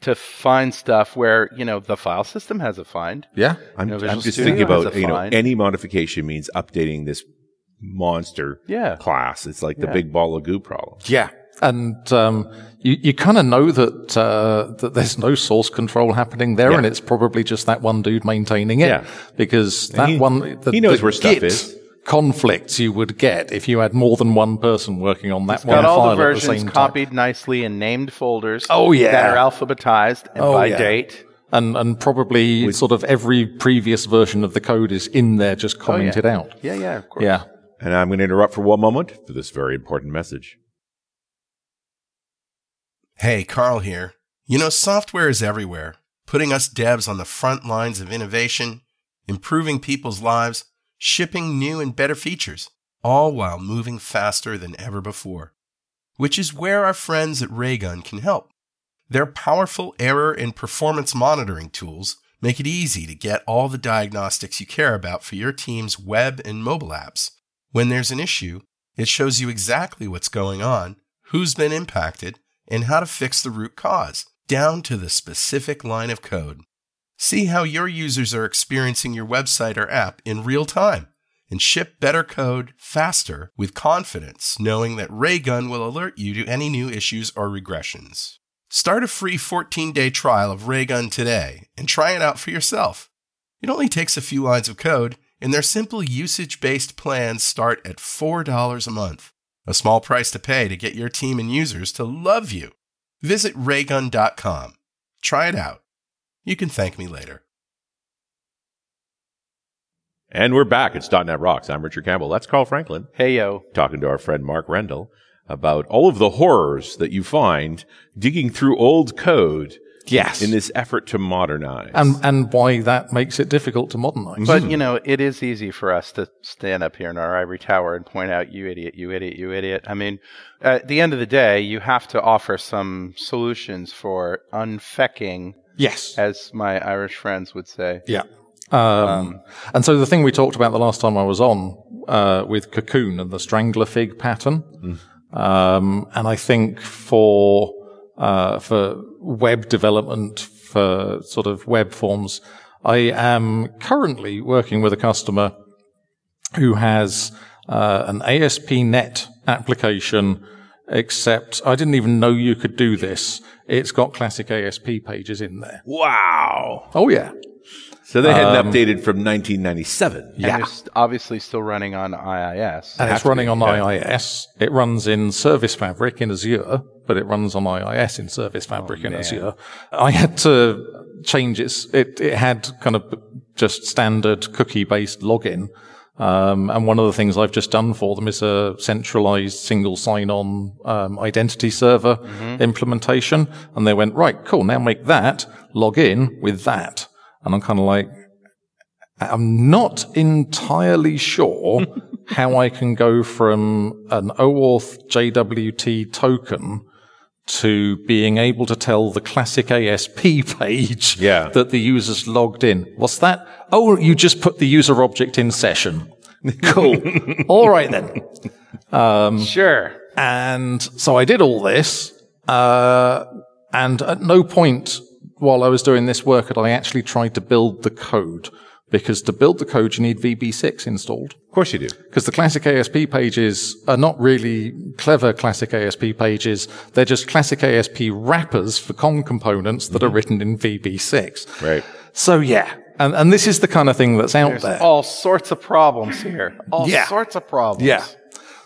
Speaker 1: to find stuff where you know the file system has a find.
Speaker 3: Yeah.
Speaker 2: I'm,
Speaker 1: You know,
Speaker 2: I'm
Speaker 1: Visual
Speaker 2: just
Speaker 1: Studio
Speaker 2: thinking
Speaker 1: has
Speaker 2: about
Speaker 1: a
Speaker 2: you know
Speaker 1: fine.
Speaker 2: any modification means updating this monster
Speaker 1: Yeah.
Speaker 2: class. It's like the big ball of goo problem.
Speaker 3: Yeah, and um, you you kind of know that uh, that there's no source control happening there, and it's probably just that one dude maintaining it.
Speaker 2: Yeah.
Speaker 3: because that
Speaker 2: he-
Speaker 3: one the,
Speaker 2: he knows
Speaker 3: the
Speaker 2: where stuff
Speaker 3: Git
Speaker 2: is.
Speaker 3: Conflicts you would get if you had more than one person working on that one
Speaker 1: Got all
Speaker 3: file
Speaker 1: the
Speaker 3: at the
Speaker 1: versions
Speaker 3: same time,
Speaker 1: copied nicely in named folders.
Speaker 3: Oh, yeah. Oh,
Speaker 1: that are alphabetized and by
Speaker 3: yeah.
Speaker 1: date.
Speaker 3: and and probably sort of every previous version of the code is in there, just commented out.
Speaker 1: Yeah, yeah, of course.
Speaker 3: Yeah.
Speaker 2: And I'm going to interrupt for one moment for this very important message.
Speaker 4: Hey, Carl here. You know, software is everywhere, putting us devs on the front lines of innovation, improving people's lives, shipping new and better features, all while moving faster than ever before. which is where our friends at Raygun can help. Their powerful error and performance monitoring tools make it easy to get all the diagnostics you care about for your team's web and mobile apps. When there's an issue, it shows you exactly what's going on, who's been impacted, and how to fix the root cause, down to the specific line of code. See how your users are experiencing your website or app in real time and ship better code faster with confidence, knowing that Raygun will alert you to any new issues or regressions. Start a free 14 day trial of Raygun today and try it out for yourself. It only takes a few lines of code, and their simple usage based plans start at $4 a month, a small price to pay to get your team and users to love you. Visit raygun.com. Try it out. You can thank me later.
Speaker 2: And we're back. It's .NET Rocks. I'm Richard Campbell. That's Carl Franklin
Speaker 1: Hey yo.
Speaker 2: talking to our friend Mark Rendell about all of the horrors that you find digging through old code
Speaker 1: Yes.
Speaker 2: in this effort to modernize.
Speaker 3: And, and why that makes it difficult to modernize.
Speaker 1: But you know, it is easy for us to stand up here in our ivory tower and point out, "You idiot! You idiot! You idiot!" I mean, at the end of the day, you have to offer some solutions for unfecking,
Speaker 3: yes.
Speaker 1: as my Irish friends would say.
Speaker 3: Yeah. Um, and so the thing we talked about the last time I was on uh, with Cocoon and the strangler fig pattern, um, and I think for uh, for web development for sort of web forms, I am currently working with a customer who has uh, an ASP.NET application. Except I didn't even know you could do this. It's got classic ASP pages in there.
Speaker 2: wow.
Speaker 3: Oh yeah.
Speaker 2: So they hadn't
Speaker 3: um,
Speaker 2: updated from 1997.
Speaker 1: And they're st- obviously still running on IIS.
Speaker 3: And it's running on IIS. It runs in Service Fabric in Azure, but it runs on IIS in Service Fabric in Azure. I had to change its, it, it had kind of just standard cookie based login. Um, and one of the things I've just done for them is a centralized single sign on um, identity server implementation. And they went, right, cool. Now make that log in with that. And I'm kind of like, I'm not entirely sure how I can go from an OAuth JWT token to being able to tell the classic ASP page
Speaker 2: Yeah.
Speaker 3: that the user's logged in. What's that? Oh, you just put the user object in session. Cool. All right then.
Speaker 1: Sure.
Speaker 3: And so I did all this. Uh, and at no point while I was doing this work had I actually tried to build the code because to build the code, you need VB6 installed
Speaker 2: Of course you do.
Speaker 3: because the classic ASP pages are not really clever classic ASP pages. They're just classic ASP wrappers for COM components that are
Speaker 1: Mm-hmm.
Speaker 3: written in VB6.
Speaker 2: Right.
Speaker 3: So yeah. And, and this is the kind of thing that's out there.
Speaker 1: There's all sorts of problems here. All
Speaker 3: Yeah.
Speaker 1: sorts of problems.
Speaker 3: Yeah.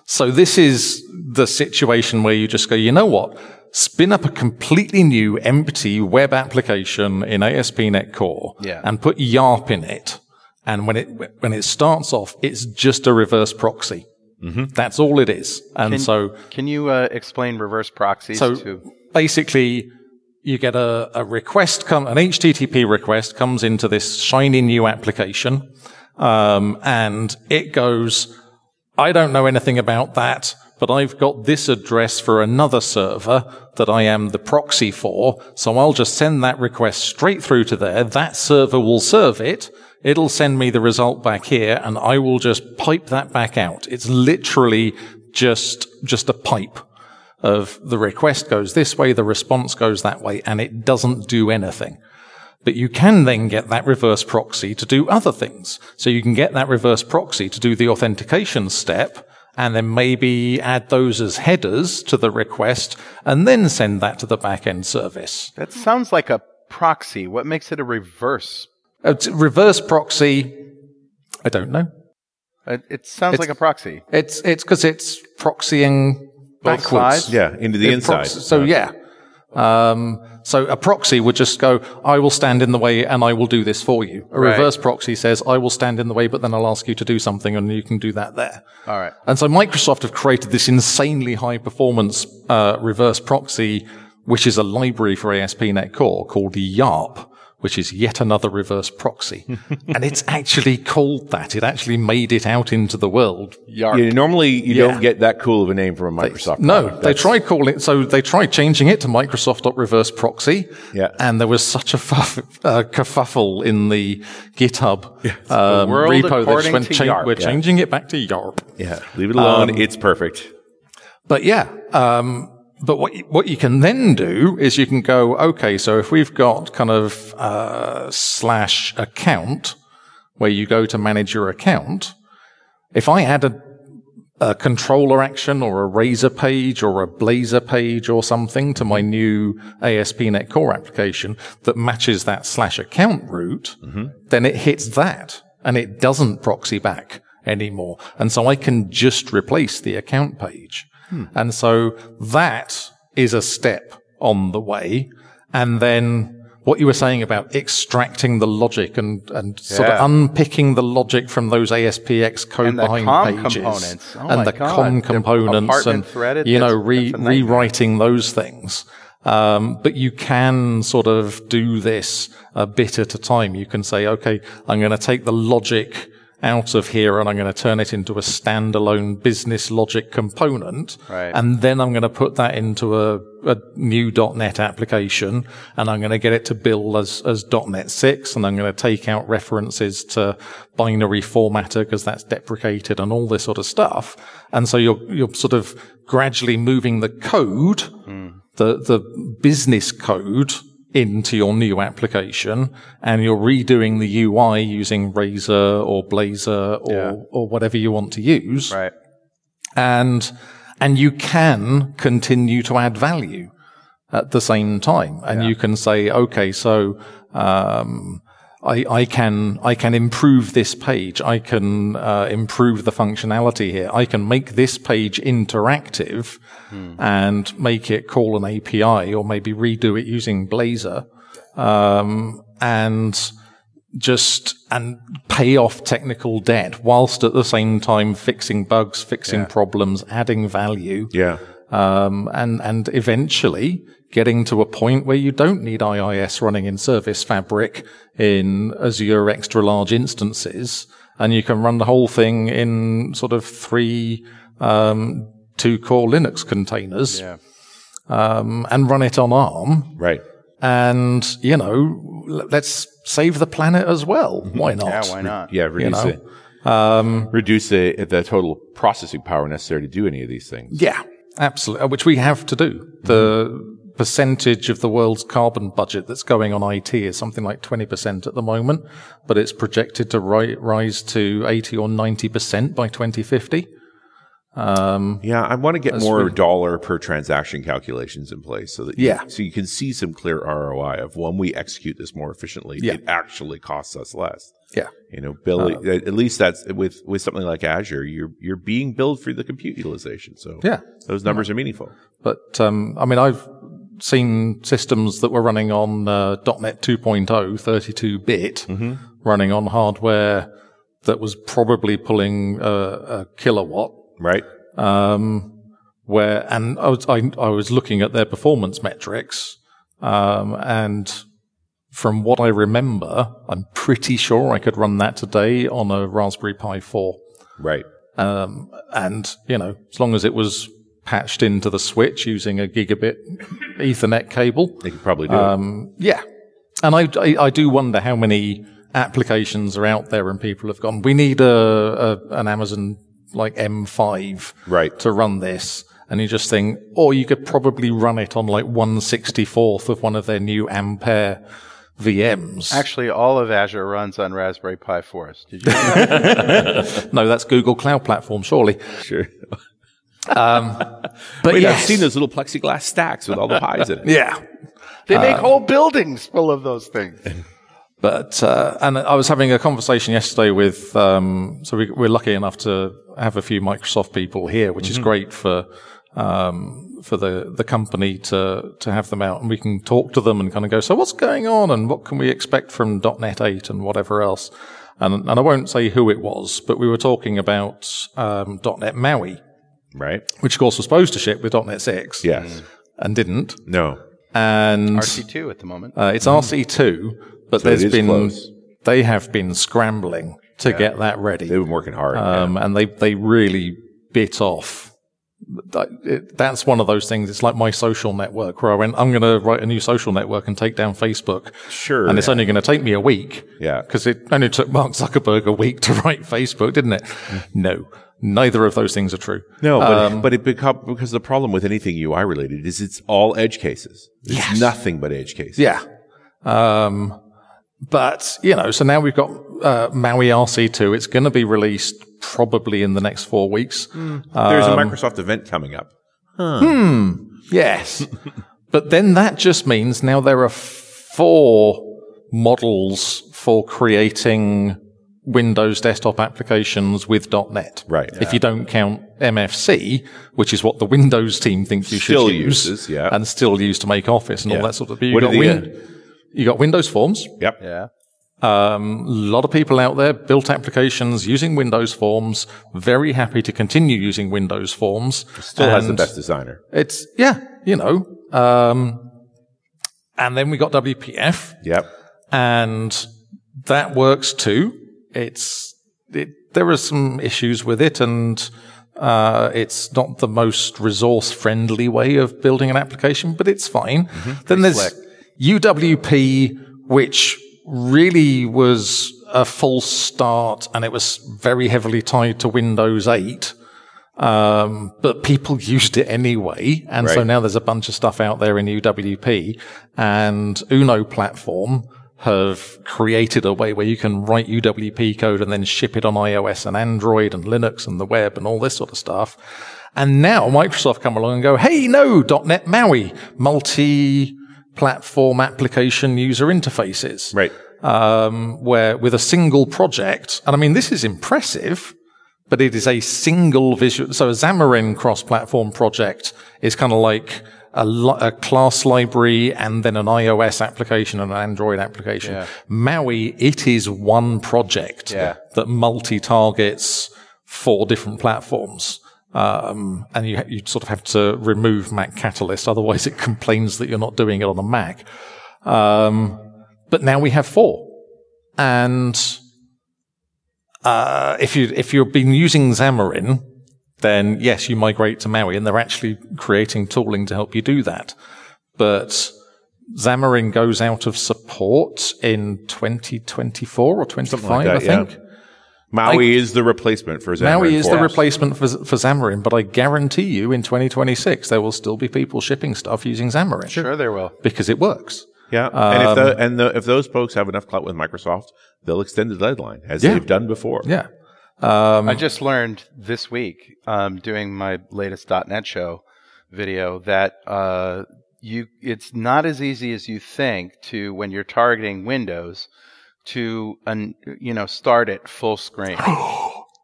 Speaker 3: So this is the situation where you just go, you know what? Spin up a completely new empty web application in ASP.NET Core
Speaker 1: Yeah.
Speaker 3: and put YARP in it. And when it, when it starts off, it's just a reverse proxy. That's all it is. And so
Speaker 1: Mm-hmm. Can you uh, explain reverse proxies to?
Speaker 3: basically, you get a, a request, come, an HTTP request comes into this shiny new application, um, and it goes, I don't know anything about that, but I've got this address for another server that I am the proxy for, so I'll just send that request straight through to there. That server will serve it. It'll send me the result back here, and I will just pipe that back out. It's literally just just a pipe of the request goes this way, the response goes that way, and it doesn't do anything. But you can then get that reverse proxy to do other things. So you can get that reverse proxy to do the authentication step and then maybe add those as headers to the request and then send that to the backend service.
Speaker 1: That sounds like a proxy. What makes it a reverse?
Speaker 3: Uh, t- reverse proxy, I don't know.
Speaker 1: It, Uh, it sounds like a proxy.
Speaker 3: It's, it's cause it's proxying
Speaker 1: Both
Speaker 3: backwards.
Speaker 1: sides?
Speaker 2: Yeah. Into the
Speaker 3: It
Speaker 2: inside.
Speaker 3: proxy- so yeah. Um, so a proxy would just go, I will stand in the way and I will do this for you. A
Speaker 1: Right.
Speaker 3: reverse proxy says, I will stand in the way, but then I'll ask you to do something and you can do that there.
Speaker 1: All right.
Speaker 3: And so Microsoft have created this insanely high performance, uh, reverse proxy, which is a library for ASP.NET Core called YARP, which is yet another reverse proxy. and it's actually called that. It actually made it out into the world.
Speaker 1: Yarp.
Speaker 2: You know, normally you
Speaker 3: Yeah.
Speaker 2: don't get that cool of a name from a Microsoft.
Speaker 3: No,
Speaker 2: product.
Speaker 3: they
Speaker 2: That's-
Speaker 3: tried calling it, so they tried changing it to Microsoft.reverse proxy.
Speaker 2: Yeah.
Speaker 3: And there was such a fuff, uh, kerfuffle in the GitHub um,
Speaker 1: world
Speaker 3: repo that
Speaker 1: according
Speaker 3: just went,
Speaker 1: to
Speaker 3: "Cha-
Speaker 1: Yarp,"
Speaker 3: we're
Speaker 1: yeah.
Speaker 3: changing it back to YARP.
Speaker 2: Yeah, leave it alone.
Speaker 3: Um,
Speaker 2: it's perfect.
Speaker 3: But yeah, um, but what you- what you can then do is you can go, okay, so if we've got kind of uh, slash account, where you go to manage your account, if I add a, a controller action or a Razor page or a Blazor page or something to my new ASP.NET Core application that matches that slash account route, then it hits that and it doesn't proxy back anymore. And so I can just replace the account page. And so that is a step on the way. And then what you were saying about extracting the logic and, and sort of
Speaker 1: Yeah.
Speaker 3: unpicking the logic from those ASPX code
Speaker 1: And the
Speaker 3: behind
Speaker 1: com
Speaker 3: pages
Speaker 1: components. Oh my
Speaker 3: and the
Speaker 1: God.
Speaker 3: com
Speaker 1: The
Speaker 3: components
Speaker 1: apartment
Speaker 3: and
Speaker 1: threaded,
Speaker 3: you know
Speaker 1: that's-
Speaker 3: re-
Speaker 1: that's a nightmare.
Speaker 3: rewriting those things. Um, but you can sort of do this a bit at a time. You can say, okay, I'm going to take the logic out of here and I'm going to turn it into a standalone business logic component.
Speaker 1: Right.
Speaker 3: And then I'm going to put that into a, a new .NET application and I'm going to get it to build as, as .NET 6 and I'm going to take out references to binary formatter because that's deprecated and all this sort of stuff. And so you're, you're sort of gradually moving the code, the, the business code into your new application and you're redoing the UI using Razor or Blazor or, or whatever you want to use
Speaker 1: Right.
Speaker 3: and and you can continue to add value at the same time and you can say okay so um I, I can I can improve this page. I can uh, improve the functionality here. I can make this page interactive and make it call an API or maybe redo it using Blazor um, and just and pay off technical debt whilst at the same time fixing bugs, fixing problems, adding value,
Speaker 2: Yeah.
Speaker 3: um, and and eventually getting to a point where you don't need IIS running in Service Fabric in Azure extra large instances, and you can run the whole thing in sort of three um, two core Linux containers, um, and run it on ARM
Speaker 2: Right.
Speaker 3: and you know l- let's save the planet as well why not
Speaker 1: Oh, Why not?
Speaker 2: Yeah. Reduce
Speaker 3: know. um,
Speaker 2: it. reduce the, the total processing power necessary to do any of these things.
Speaker 3: Yeah, absolutely uh, which we have to do the percentage of the world's carbon budget that's going on IT is something like 20% at the moment but it's projected to ri- rise to 80 or 90% by 2050
Speaker 2: Yeah, I want to get more dollar per transaction calculations in place so that
Speaker 3: Yeah.
Speaker 2: so you can see some clear ROI of when we execute this more efficiently,
Speaker 3: Yeah.
Speaker 2: it actually costs us less.
Speaker 3: yeah
Speaker 2: You know, billing
Speaker 3: Uh,
Speaker 2: at at least that's with with something like Azure, you're you're being billed for the compute utilization. So
Speaker 3: Yeah.
Speaker 2: those numbers are meaningful.
Speaker 3: But um, I mean, I've seen systems that were running on uh, .NET 2.0, 32-bit, running on hardware that was probably pulling uh, a kilowatt.
Speaker 2: Right?
Speaker 3: Um, Where and I was, I, I was looking at their performance metrics, um, and from what I remember, I'm pretty sure I could run that today on a Raspberry Pi 4.
Speaker 2: Right.
Speaker 3: Um, and, you know, as long as it was patched into the switch using a gigabit Ethernet cable,
Speaker 2: They could probably do
Speaker 3: Um,
Speaker 2: it.
Speaker 3: yeah. And I, I, I do wonder how many applications are out there and people have gone, we need a, a an Amazon like M5
Speaker 2: Right.
Speaker 3: to run this. And you just think, or you could probably run it on like 164th of one of their new Ampere VMs.
Speaker 1: Actually, all of Azure runs on Raspberry Pi 4s. Did you?
Speaker 3: no, that's Google Cloud Platform, surely.
Speaker 2: Sure.
Speaker 3: But
Speaker 2: Wait,
Speaker 3: yes.
Speaker 2: I've seen those little plexiglass stacks with all the pies in it.
Speaker 3: Yeah.
Speaker 1: they make whole buildings full of those things.
Speaker 3: But uh, and I was having a conversation yesterday with um, so we, we're lucky enough to have a few Microsoft people here, which
Speaker 2: Mm-hmm.
Speaker 3: is great for um, for the the company to to have them out and we can talk to them and kind of go, so what's going on and what can we expect from .NET 8 and whatever else. And, and I won't say who it was, but we were talking about um, .NET MAUI,
Speaker 2: Right?
Speaker 3: which of course was supposed to ship with .NET 6
Speaker 2: Yes.
Speaker 3: and didn't.
Speaker 2: No.
Speaker 3: And
Speaker 1: RC2 at the moment.
Speaker 3: uh, it's RC2, but
Speaker 2: Mm-hmm. So it
Speaker 3: there's
Speaker 2: is
Speaker 3: been
Speaker 2: close.
Speaker 3: they have been scrambling to get that ready.
Speaker 2: They've been working hard.
Speaker 3: Um, and they, they really bit off. That- it- That's one of those things. It's like my social network where I went, I'm going to write a new social network and take down Facebook.
Speaker 2: Sure.
Speaker 3: And it's only going to take me a week.
Speaker 2: Yeah.
Speaker 3: Because it only took Mark Zuckerberg a week to write Facebook, didn't it? No, neither of those things are true.
Speaker 2: Mm-hmm. No, but,
Speaker 3: um,
Speaker 2: but it become, because the problem with anything UI related is it's all edge cases. It's nothing but edge cases.
Speaker 3: Yeah. Um, but, you know, so now we've got uh, Maui RC2. It's going to be released probably in the next four weeks.
Speaker 2: There's
Speaker 3: Um,
Speaker 2: a Microsoft event coming up.
Speaker 3: Yes. but then that just means now there are four models for creating Windows desktop applications with .NET.
Speaker 2: Right.
Speaker 3: If you don't count MFC, which is what the Windows team thinks you
Speaker 2: Still
Speaker 3: should use,
Speaker 2: uses, yeah.
Speaker 3: and still use to make Office and all that sort of. You
Speaker 2: What are
Speaker 3: got
Speaker 2: the, uh,
Speaker 3: Win- you got Windows Forms.
Speaker 2: Yep.
Speaker 1: Yeah.
Speaker 3: A lot of people out there built applications using Windows Forms. Very happy to continue using Windows Forms.
Speaker 2: Still has the
Speaker 3: And-
Speaker 2: best designer.
Speaker 3: it's yeah, you know. Um, and then we got WPF,
Speaker 2: Yep.
Speaker 3: and that works too. It's it, there are some issues with it, and uh, it's not the most resource friendly way of building an application, but it's fine. Then there's UWP, which really was a false start, and it was very heavily tied to Windows 8. Um, but people used it anyway. And so
Speaker 2: Right.
Speaker 3: now there's a bunch of stuff out there in UWP and Uno platform have created a way where you can write UWP code and then ship it on iOS and Android and Linux and the web and all this sort of stuff. And now Microsoft come along and go, Hey, no, .NET MAUI, multi platform application user interfaces
Speaker 2: Right.
Speaker 3: um, where with a single project, and I mean, this is impressive, but it is a single visual. So a Xamarin cross-platform project is kind of like a, li- a class library and then an iOS application and an Android application. Maui, it is one project
Speaker 1: Yeah.
Speaker 3: that multi-targets four different platforms. Um, and you, you sort of have to remove Mac Catalyst, otherwise it complains that you're not doing it on a Mac. Um, but now we have four. And uh, if you if you've been using Xamarin, then yes, you migrate to Maui, and they're actually creating tooling to help you do that. But Xamarin goes out of support in 2024 or 25,
Speaker 2: that,
Speaker 3: I
Speaker 2: yeah.
Speaker 3: think.
Speaker 2: Maui is the replacement for Xamarin.
Speaker 3: Maui is the
Speaker 2: Forms.
Speaker 3: replacement for, for Xamarin, but I guarantee you in 2026 there will still be people shipping stuff using Xamarin
Speaker 1: Sure, there will.
Speaker 3: because it works.
Speaker 2: Yeah. and if,
Speaker 3: Um,
Speaker 2: the, and the, if those folks have enough clout with Microsoft, they'll extend the deadline as they've done before.
Speaker 3: Yeah.
Speaker 1: I just learned this week, um, doing my latest .NET show video, that uh, you it's not as easy as you think to when you're targeting Windows to un, you know start it full screen.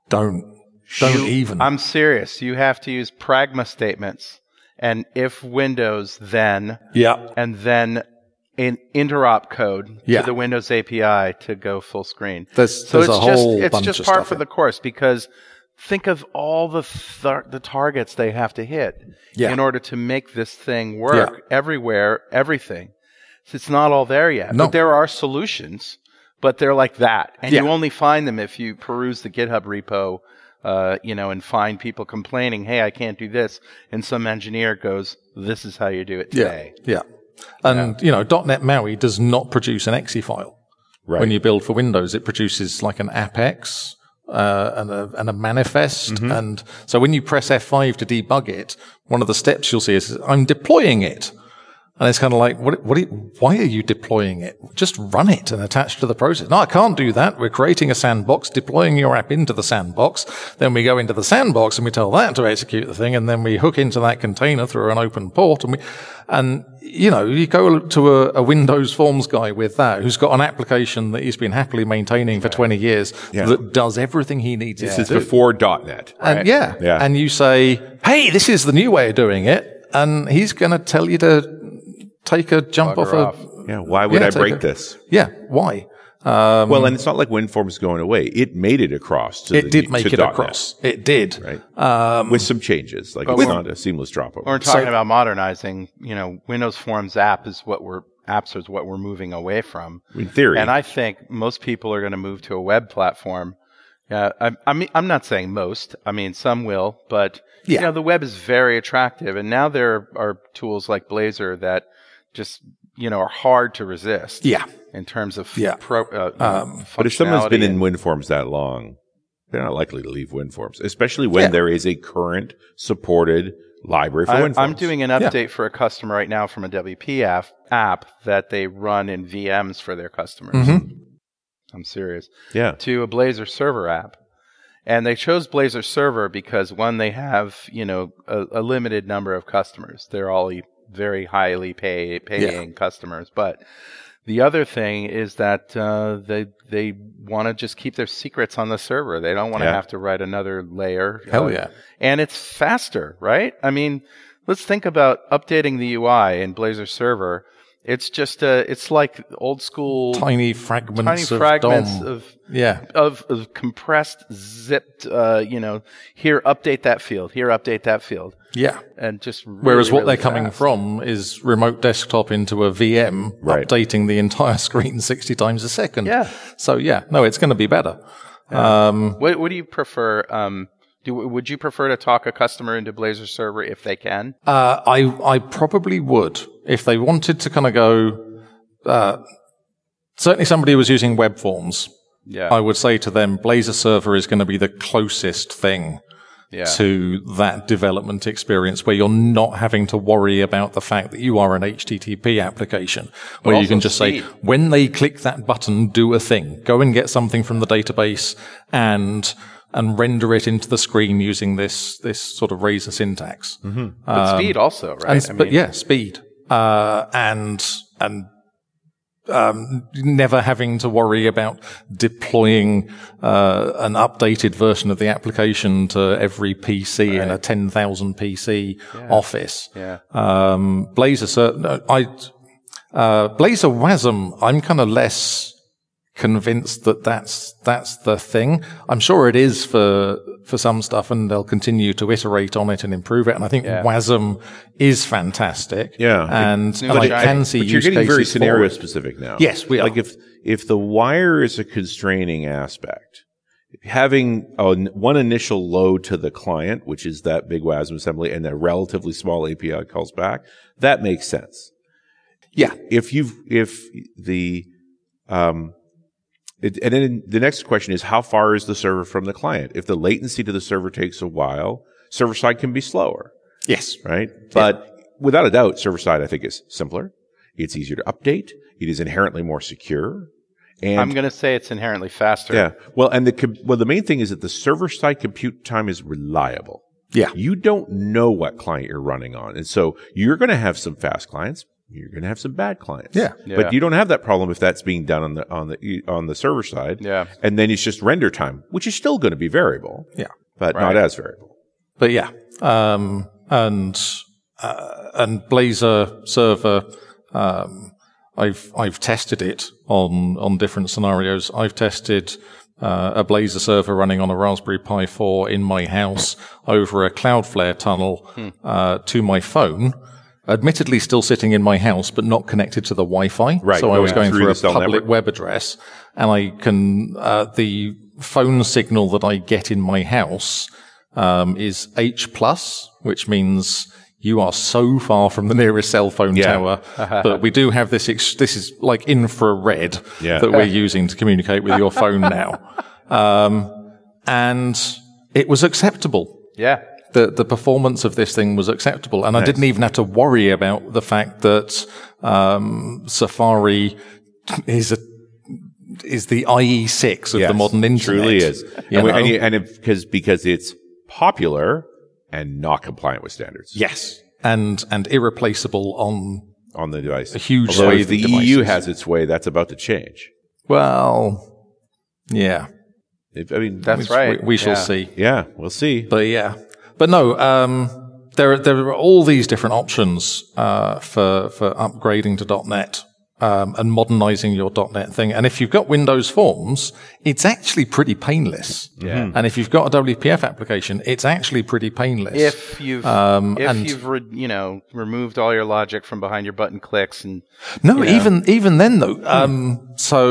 Speaker 3: Don't don't
Speaker 1: You-
Speaker 3: even.
Speaker 1: I'm serious. You have to use pragma statements and if Windows then
Speaker 3: yeah.
Speaker 1: and then an interop code
Speaker 3: Yeah.
Speaker 1: to the Windows API to go full screen.
Speaker 3: There's,
Speaker 1: So
Speaker 3: there's
Speaker 1: it's
Speaker 3: a whole
Speaker 1: just it's
Speaker 3: bunch
Speaker 1: just
Speaker 3: of
Speaker 1: part
Speaker 3: stuff
Speaker 1: for
Speaker 3: in
Speaker 1: the course because think of all the th- the targets they have to hit
Speaker 3: Yeah.
Speaker 1: in order to make this thing work everywhere, everything. So it's not all there yet.
Speaker 3: No.
Speaker 1: But there are solutions, but they're like that, and you
Speaker 3: Yeah.
Speaker 1: only find them if you peruse the GitHub repo. Uh, you know, and find people complaining, "Hey, I can't do this," and some engineer goes, "This is how you do it today."
Speaker 3: Yeah. And, you know, .NET MAUI does not produce an .exe file.
Speaker 2: Right.
Speaker 3: When you build for Windows, it produces like an AppX, uh, and a, and a manifest.
Speaker 1: Mm-hmm.
Speaker 3: And so when you press F5 to debug it, one of the steps you'll see is I'm deploying it. And it's kind of like, what, what, are you- why are you deploying it? Just run it and attach to the process. No, I can't do that. We're creating a sandbox, deploying your app into the sandbox. Then we go into the sandbox and we tell that to execute the thing. And then we hook into that container through an open port. And we, and you know, you go to a, a Windows Forms guy with that who's got an application that he's been happily maintaining for 20 years that does everything he needs. it to
Speaker 2: This
Speaker 3: do.
Speaker 2: is before .NET.
Speaker 3: And yeah.
Speaker 2: Yeah.
Speaker 3: And you say, hey, this is the new way of doing it. And he's going to tell you to take a jump off, a.
Speaker 2: Yeah. Why would
Speaker 3: Yeah,
Speaker 2: I
Speaker 3: take
Speaker 2: break
Speaker 3: it.
Speaker 2: this?
Speaker 3: Yeah. Why?
Speaker 2: well, and it's not like WinForms is going away. It made it across. To
Speaker 3: um, It
Speaker 2: the,
Speaker 3: did make
Speaker 2: to
Speaker 3: it
Speaker 2: .NET,
Speaker 3: across. Um, It did.
Speaker 2: right? with some changes, like it's not a seamless drop
Speaker 1: We're
Speaker 2: over.
Speaker 1: talking about modernizing. You know, Windows Forms app is what we're apps is what we're moving away from.
Speaker 2: In theory.
Speaker 1: And I think most people are going to move to a web platform. Yeah, I, I mean, I'm not saying most. I mean, some will, but
Speaker 2: Yeah.
Speaker 1: you know, the web is very attractive, and now there are tools like Blazor that just you know are hard to resist
Speaker 3: Yeah.
Speaker 1: in terms of
Speaker 3: Yeah.
Speaker 1: pro, uh,
Speaker 3: Um,
Speaker 2: but if someone's been
Speaker 1: functionality
Speaker 2: in
Speaker 1: and-
Speaker 2: WinForms that long, they're not likely to leave WinForms, especially when
Speaker 3: Yeah.
Speaker 2: there is a current supported library for WinForms.
Speaker 1: I, am doing an
Speaker 3: Yeah.
Speaker 1: update for a customer right now from a WP app, app that they run in VMs for their customers.
Speaker 3: Mhm.
Speaker 2: Mm-hmm.
Speaker 1: I'm serious.
Speaker 2: Yeah.
Speaker 1: To a Blazor server app. And they chose Blazor server because one, they have, you know, a, a limited number of customers. They're all e- very highly pay, paying customers. But the other thing is that uh, they they want to just keep their secrets on the server. They don't want to
Speaker 2: Yeah.
Speaker 1: have to write another layer. uh,
Speaker 3: Hell yeah.
Speaker 1: and it's faster, right? I mean, let's think about updating the UI in Blazor Server. It's just a, it's like old school tiny,
Speaker 3: Tiny fragments of
Speaker 1: fragments
Speaker 3: DOM.
Speaker 1: of
Speaker 3: yeah.
Speaker 1: of, of compressed, zipped. Uh, you know, here update that field, here update that field,
Speaker 3: Yeah.
Speaker 1: and just really,
Speaker 3: Whereas what
Speaker 1: really
Speaker 3: they're coming
Speaker 1: fast.
Speaker 3: from is remote desktop into a VM,
Speaker 2: Right.
Speaker 3: updating the entire screen 60 times a second.
Speaker 1: Yeah.
Speaker 3: So, yeah, no, it's going to be better. Um,
Speaker 1: What, what do you prefer? Um, do, would you prefer to talk a customer into Blazor Server if they can?
Speaker 3: Uh, I I probably would if they wanted to kind of go. Uh, certainly, somebody who was using web forms.
Speaker 1: Yeah.
Speaker 3: I would say to them, Blazor Server is going to be the closest thing
Speaker 1: yeah.
Speaker 3: to that development experience where you're not having to worry about the fact that you are an HTTP application, where you
Speaker 1: also
Speaker 3: can just
Speaker 1: speed.
Speaker 3: say, when they click that button, do a thing, go and get something from the database and, and render it into the screen using this, this sort of razor syntax.
Speaker 1: but speed also, right?
Speaker 3: Um, And, but yeah, speed uh, and and um, never having to worry about deploying uh, an updated version of the application to every PC in a ten thousand PC office.
Speaker 1: Yeah.
Speaker 3: Um, Blazor, cer- no, I uh, Blazor WASM. I'm kind of less convinced that that's that's the thing. I'm sure it is for for some stuff, and they'll continue to iterate on it and improve it. And I think WASM is fantastic.
Speaker 2: Yeah.
Speaker 3: and, and
Speaker 1: But
Speaker 3: I
Speaker 1: it-
Speaker 3: can see
Speaker 2: but you're
Speaker 3: use
Speaker 2: getting
Speaker 3: cases
Speaker 2: very scenario
Speaker 3: for it.
Speaker 2: specific now.
Speaker 3: Yes, we
Speaker 2: like
Speaker 3: are.
Speaker 2: if if the wire is a constraining aspect, having a, one initial load to the client, which is that big WASM assembly, and a relatively small API calls back, that makes sense.
Speaker 3: Yeah.
Speaker 2: If you've if the um, it, and then the next question is how far is the server from the client? If the latency to the server takes a while, server side can be slower
Speaker 3: Yes,
Speaker 2: right? But without a doubt, server side, I think, is simpler. It's easier to update. It is inherently more secure. And
Speaker 1: I'm going to say it's inherently faster.
Speaker 2: yeah, well, and the com- well, the main thing is that the server side compute time is reliable.
Speaker 3: Yeah.
Speaker 2: you don't know what client you're running on, and so you're going to have some fast clients. You're going to have some bad clients.
Speaker 3: Yeah.
Speaker 1: Yeah.
Speaker 2: but you don't have that problem if that's being done on the on the on the server side.
Speaker 1: Yeah.
Speaker 2: and then it's just render time, which is still going to be variable.
Speaker 3: Yeah.
Speaker 2: but
Speaker 1: Right.
Speaker 2: not as variable.
Speaker 3: but yeah, um, and uh, and Blazor server, um, I've I've tested it on on different scenarios. I've tested uh, a Blazor server running on a Raspberry Pi 4 in my house over a Cloudflare tunnel
Speaker 2: Hmm.
Speaker 3: uh, to my phone. Admittedly, still sitting in my house, but not connected to the Wi-Fi.
Speaker 2: Right,
Speaker 3: So I was
Speaker 2: going
Speaker 3: going
Speaker 2: through
Speaker 3: through
Speaker 2: the
Speaker 3: a
Speaker 2: cell
Speaker 3: public
Speaker 2: network.
Speaker 3: web address, and I can uh, the phone signal that I get in my house um, is H plus, which means you are so far from the nearest cell phone tower. but we do have this. Ex- this is like infrared
Speaker 2: Yeah.
Speaker 3: that we're using to communicate with your phone now, um, and it was acceptable
Speaker 1: Yeah.
Speaker 3: the the performance of this thing was acceptable, and I didn't even have to worry about the fact that um, Safari is a is the IE6 of the
Speaker 2: Yes,
Speaker 3: modern internet.
Speaker 2: Truly is.
Speaker 3: You
Speaker 2: And, we, and,
Speaker 3: know?
Speaker 2: you- and if, because, because it's popular and not compliant with standards
Speaker 3: yes, and and irreplaceable on
Speaker 2: on the device. A
Speaker 3: huge
Speaker 2: Although
Speaker 3: swathe
Speaker 2: if the
Speaker 3: of
Speaker 2: EU
Speaker 3: devices.
Speaker 2: has its way, that's about to change.
Speaker 3: well, yeah,
Speaker 2: If, I mean,
Speaker 1: That's
Speaker 2: we-
Speaker 1: right.
Speaker 3: we, we shall
Speaker 1: Yeah.
Speaker 3: see.
Speaker 2: Yeah, we'll see.
Speaker 3: But yeah, but no, um, there are, there are all these different options uh, for for upgrading to .NET um, and modernizing your .NET thing. And if you've got Windows Forms, it's actually pretty painless. Yeah. And if you've got a WPF application, it's actually pretty painless.
Speaker 1: If you've
Speaker 3: Um,
Speaker 1: if
Speaker 3: and-
Speaker 1: you've re- you know removed all your logic from behind your button clicks and
Speaker 3: No, even even then though. Um, so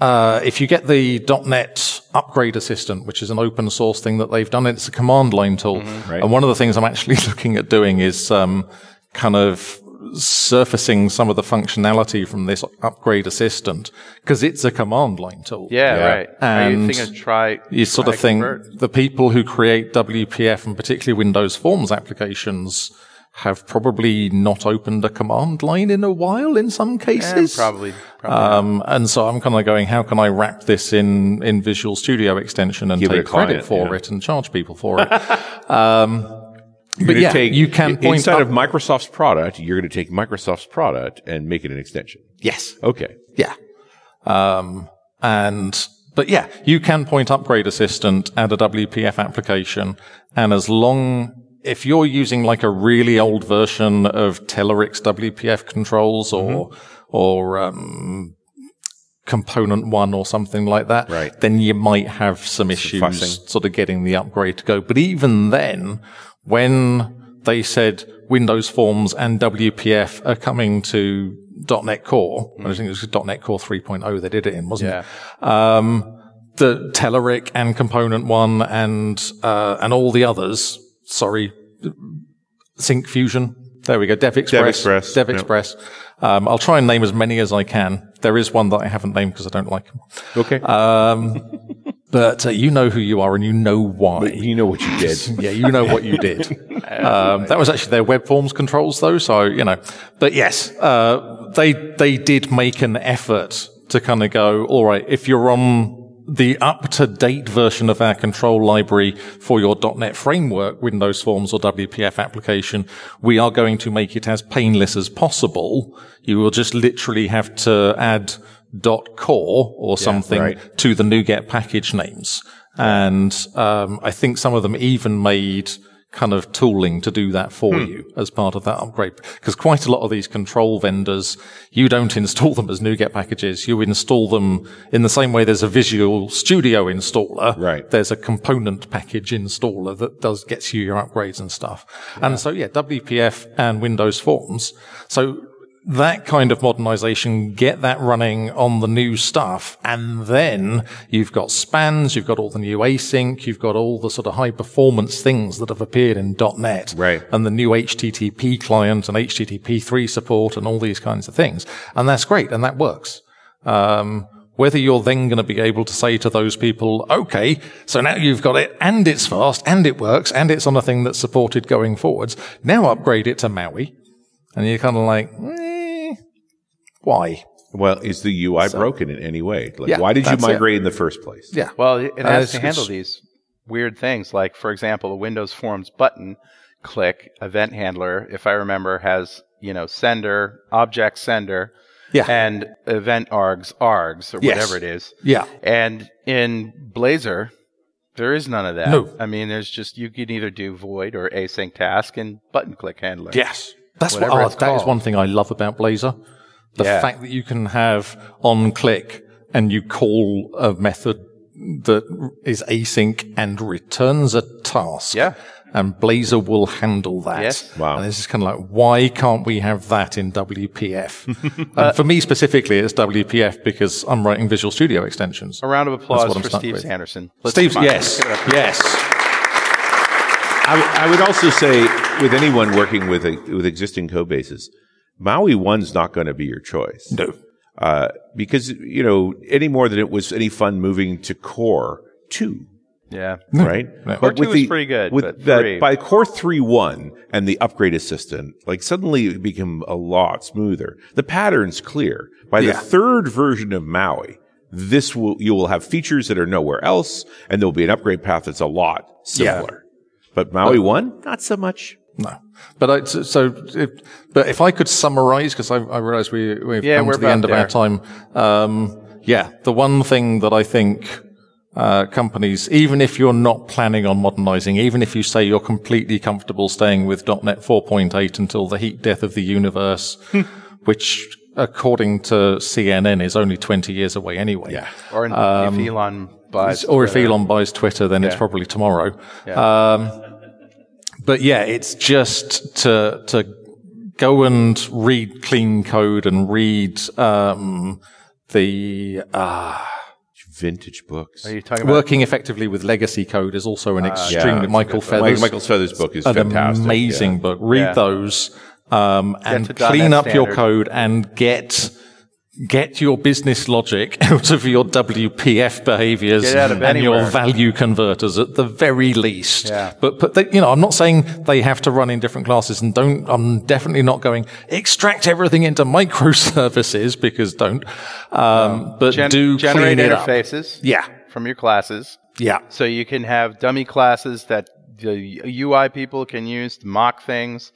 Speaker 3: uh, if you get the .NET Upgrade Assistant, which is an open source thing that they've done, it's a command line tool. And one of the things I'm actually looking at doing is um, kind of surfacing some of the functionality from this Upgrade Assistant because it's a command line tool.
Speaker 1: yeah, right. Are you
Speaker 3: And
Speaker 1: thinking of try?
Speaker 3: You sort
Speaker 1: try
Speaker 3: of think
Speaker 1: convert?
Speaker 3: the people who create WPF and particularly Windows Forms applications have probably not opened a command line in a while in some
Speaker 1: Eh,
Speaker 3: cases.
Speaker 1: probably. probably.
Speaker 3: Um, and so I'm kind of going, how can I wrap this in, in Visual Studio extension and
Speaker 2: Give it a
Speaker 3: take credit
Speaker 2: client,
Speaker 3: for
Speaker 2: yeah.
Speaker 3: it and charge people for it? um, but
Speaker 2: You're
Speaker 3: yeah,
Speaker 2: gonna take-
Speaker 3: you can point
Speaker 2: inside of
Speaker 3: up-
Speaker 2: Microsoft's product. You're going to take Microsoft's product and make it an extension.
Speaker 3: yes,
Speaker 2: Okay.
Speaker 3: yeah. Um, and, but yeah, you can point upgrade assistant at a WPF application. And as long, if you're using like a really old version of Telerix WPF controls or,
Speaker 2: Mm-hmm.
Speaker 3: or, um, component one or something like that,
Speaker 2: Right.
Speaker 3: then you might have some issues
Speaker 2: fussing.
Speaker 3: sort of getting the upgrade to go. But even then, when they said Windows Forms and WPF are coming to .NET Core, I think it was .NET Core 3.0 they did it in, wasn't it? Um, the Telerik and Component One and uh, and all the others. Sorry, Sync Fusion. There we go. Dev Express.
Speaker 2: Express,
Speaker 3: Dev
Speaker 2: yeah.
Speaker 3: Express. Um, I'll try and name as many as I can. There is one that I haven't named because I don't like 'em.
Speaker 2: Okay.
Speaker 3: Uh, But uh, you know who you are and you know why.
Speaker 2: you know what you did.
Speaker 3: yeah, you know what you did. Um, that was actually their web forms controls, though. So you know, but yes, uh, they they did make an effort to kind of go, all right, if you're on the up to date version of our control library for your .NET framework, Windows Forms or WPF application, we are going to make it as painless as possible. You will just literally have to add dot core or something to the NuGet package names. And um, I think some of them even made kind of tooling to do that for you as part of that upgrade. Because quite a lot of these control vendors, you don't install them as NuGet packages. You install them in the same way there's a Visual Studio installer.
Speaker 2: Right.
Speaker 3: There's a component package installer that does gets you your upgrades and stuff. And so yeah, WPF and Windows Forms. So that kind of modernization, get that running on the new stuff. And then you've got spans, you've got all the new async, you've got all the sort of high performance things that have appeared in .NET.
Speaker 2: Right.
Speaker 3: And the new HTTP client and HTTP3 support and all these kinds of things. And that's great. And that works. Um, whether you're then going to be able to say to those people, okay, so now you've got it and it's fast and it works and it's on a thing that's supported going forwards. Now upgrade it to Maui. And you're kind of like, eh, why?
Speaker 2: Well, is the UI broken in any way? Like,
Speaker 3: Yeah,
Speaker 2: why did you
Speaker 3: that's it.
Speaker 2: migrate in the first place?
Speaker 3: Yeah.
Speaker 1: Well, it it
Speaker 3: Uh,
Speaker 1: has
Speaker 3: it's-
Speaker 1: to handle
Speaker 3: it's-
Speaker 1: these weird things, like for example, the Windows Forms button click event handler, if I remember, has you know sender, object sender,
Speaker 3: Yeah.
Speaker 1: and event args, args or
Speaker 3: Yes.
Speaker 1: whatever it is.
Speaker 3: Yeah.
Speaker 1: And in Blazor, there is none of that.
Speaker 3: No.
Speaker 1: I mean, there's just you can either do void or async task and button click handler.
Speaker 3: Yes. That's what,
Speaker 1: Whatever
Speaker 3: oh,
Speaker 1: it's
Speaker 3: that is
Speaker 1: called.
Speaker 3: one thing I love about Blazor. The
Speaker 1: Yeah.
Speaker 3: fact that you can have on click and you call a method that is async and returns a task.
Speaker 1: Yeah.
Speaker 3: And Blazor will handle that.
Speaker 1: Yes.
Speaker 2: Wow.
Speaker 3: And this is kind of like, why can't we have that in WPF? and for me specifically, it's WPF because I'm writing Visual Studio extensions.
Speaker 1: A round of
Speaker 3: That's
Speaker 1: applause
Speaker 3: what I'm
Speaker 1: for
Speaker 3: stuck
Speaker 1: Steve
Speaker 3: with.
Speaker 1: Sanderson.
Speaker 3: Steve's,
Speaker 1: come on,
Speaker 3: yes.
Speaker 1: give it up.
Speaker 3: Yes.
Speaker 2: I, w- I would also say with anyone working with a, with existing code bases, Maui one's not going to be your choice. No, uh, because you know any more than it was any fun moving to Core two,
Speaker 1: Yeah.
Speaker 2: right?
Speaker 1: Core
Speaker 2: But with
Speaker 1: 2 is pretty good,
Speaker 2: With
Speaker 1: but
Speaker 2: that,
Speaker 1: three-
Speaker 2: by Core three one and the upgrade assistant, like suddenly it became a lot smoother. The pattern's clear. By the third version of Maui, this will you will have features that are nowhere else, and there will be an upgrade path that's a lot similar. But Maui one, not so much.
Speaker 3: No, but I, so, so if, but if I could summarize, because I, I realize we, we've
Speaker 1: Yeah,
Speaker 3: come
Speaker 1: we're
Speaker 3: to the end
Speaker 1: about
Speaker 3: of our time. Um, yeah, the one thing that I think uh, companies, even if you're not planning on modernizing, even if you say you're completely
Speaker 1: Hmm.
Speaker 3: comfortable staying with .NET 4.8 until the heat death of the universe, which according to CNN, is only 20 years away anyway.
Speaker 2: Yeah.
Speaker 1: Or in, if Elon buys,
Speaker 3: Um, Or if Elon buys Twitter, then it's probably tomorrow. Um, but yeah, it's just to, to go and read clean code and read, um, the, uh,
Speaker 2: Vintage books.
Speaker 1: are you talking about?
Speaker 3: working effectively with legacy code is also an extremely Michael Feathers.
Speaker 2: Michael Feathers' book is
Speaker 3: an
Speaker 2: fantastic.
Speaker 3: amazing book. Read
Speaker 1: Yeah.
Speaker 3: those, um, and
Speaker 1: to dot
Speaker 3: clean
Speaker 1: net
Speaker 3: up your
Speaker 1: standard.
Speaker 3: code and get, get your business logic out of your WPF behaviors
Speaker 1: Get out of
Speaker 3: and your
Speaker 1: anywhere.
Speaker 3: value converters at the very least.
Speaker 1: Yeah.
Speaker 3: But, but they, you know, I'm not saying they have to run in different classes and don't, I'm definitely not going extract everything into microservices because don't, um, but
Speaker 1: Gen-
Speaker 3: do
Speaker 1: generate
Speaker 3: clean it up.
Speaker 1: interfaces
Speaker 3: Yeah.
Speaker 1: from your classes.
Speaker 3: Yeah.
Speaker 1: So you can have dummy classes that the UI people can use to mock things.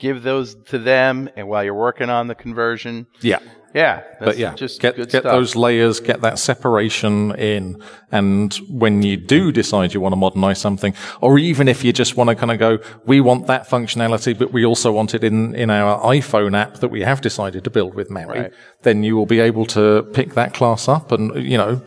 Speaker 1: Give those to them, and while you're working on the conversion,
Speaker 3: Yeah.
Speaker 1: yeah,
Speaker 3: But
Speaker 1: that's
Speaker 3: yeah,
Speaker 1: just
Speaker 3: get,
Speaker 1: good
Speaker 3: get
Speaker 1: stuff.
Speaker 3: those layers, get that separation in. And when you do decide you want to modernize something, or even if you just want to kind of go, we want that functionality, but we also want it in, in our iPhone app that we have decided to build with Mary, then you will be able to pick that class up and, you know,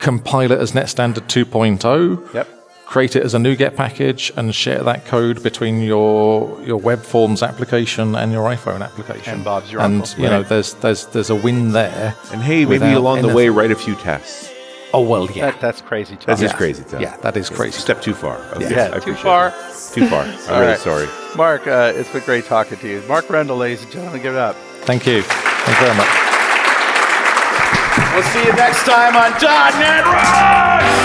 Speaker 3: compile it as net standard 2.0.
Speaker 1: Yep.
Speaker 3: Create it as a NuGet package and share that code between your your web forms application and your iPhone application.
Speaker 1: And Bob's your
Speaker 3: and
Speaker 1: uncle.
Speaker 3: you know there's there's there's a win there.
Speaker 2: And hey, maybe
Speaker 3: without
Speaker 2: along the
Speaker 3: anything.
Speaker 2: way, write a few tests.
Speaker 3: Oh well, yeah,
Speaker 1: That, that's crazy. Talk.
Speaker 2: That's
Speaker 1: yeah.
Speaker 2: just crazy, Tom.
Speaker 3: yeah, that is crazy.
Speaker 2: Step too far. Okay,
Speaker 1: Yeah,
Speaker 2: I
Speaker 1: too
Speaker 2: appreciate
Speaker 1: far.
Speaker 2: it. Too far. I'm
Speaker 1: All
Speaker 2: really
Speaker 1: right.
Speaker 2: sorry.
Speaker 1: Mark, uh, it's been great talking to you. Mark Rendell, ladies and gentlemen, give it up.
Speaker 3: Thank you, thank you very much.
Speaker 1: We'll see you next time on .NET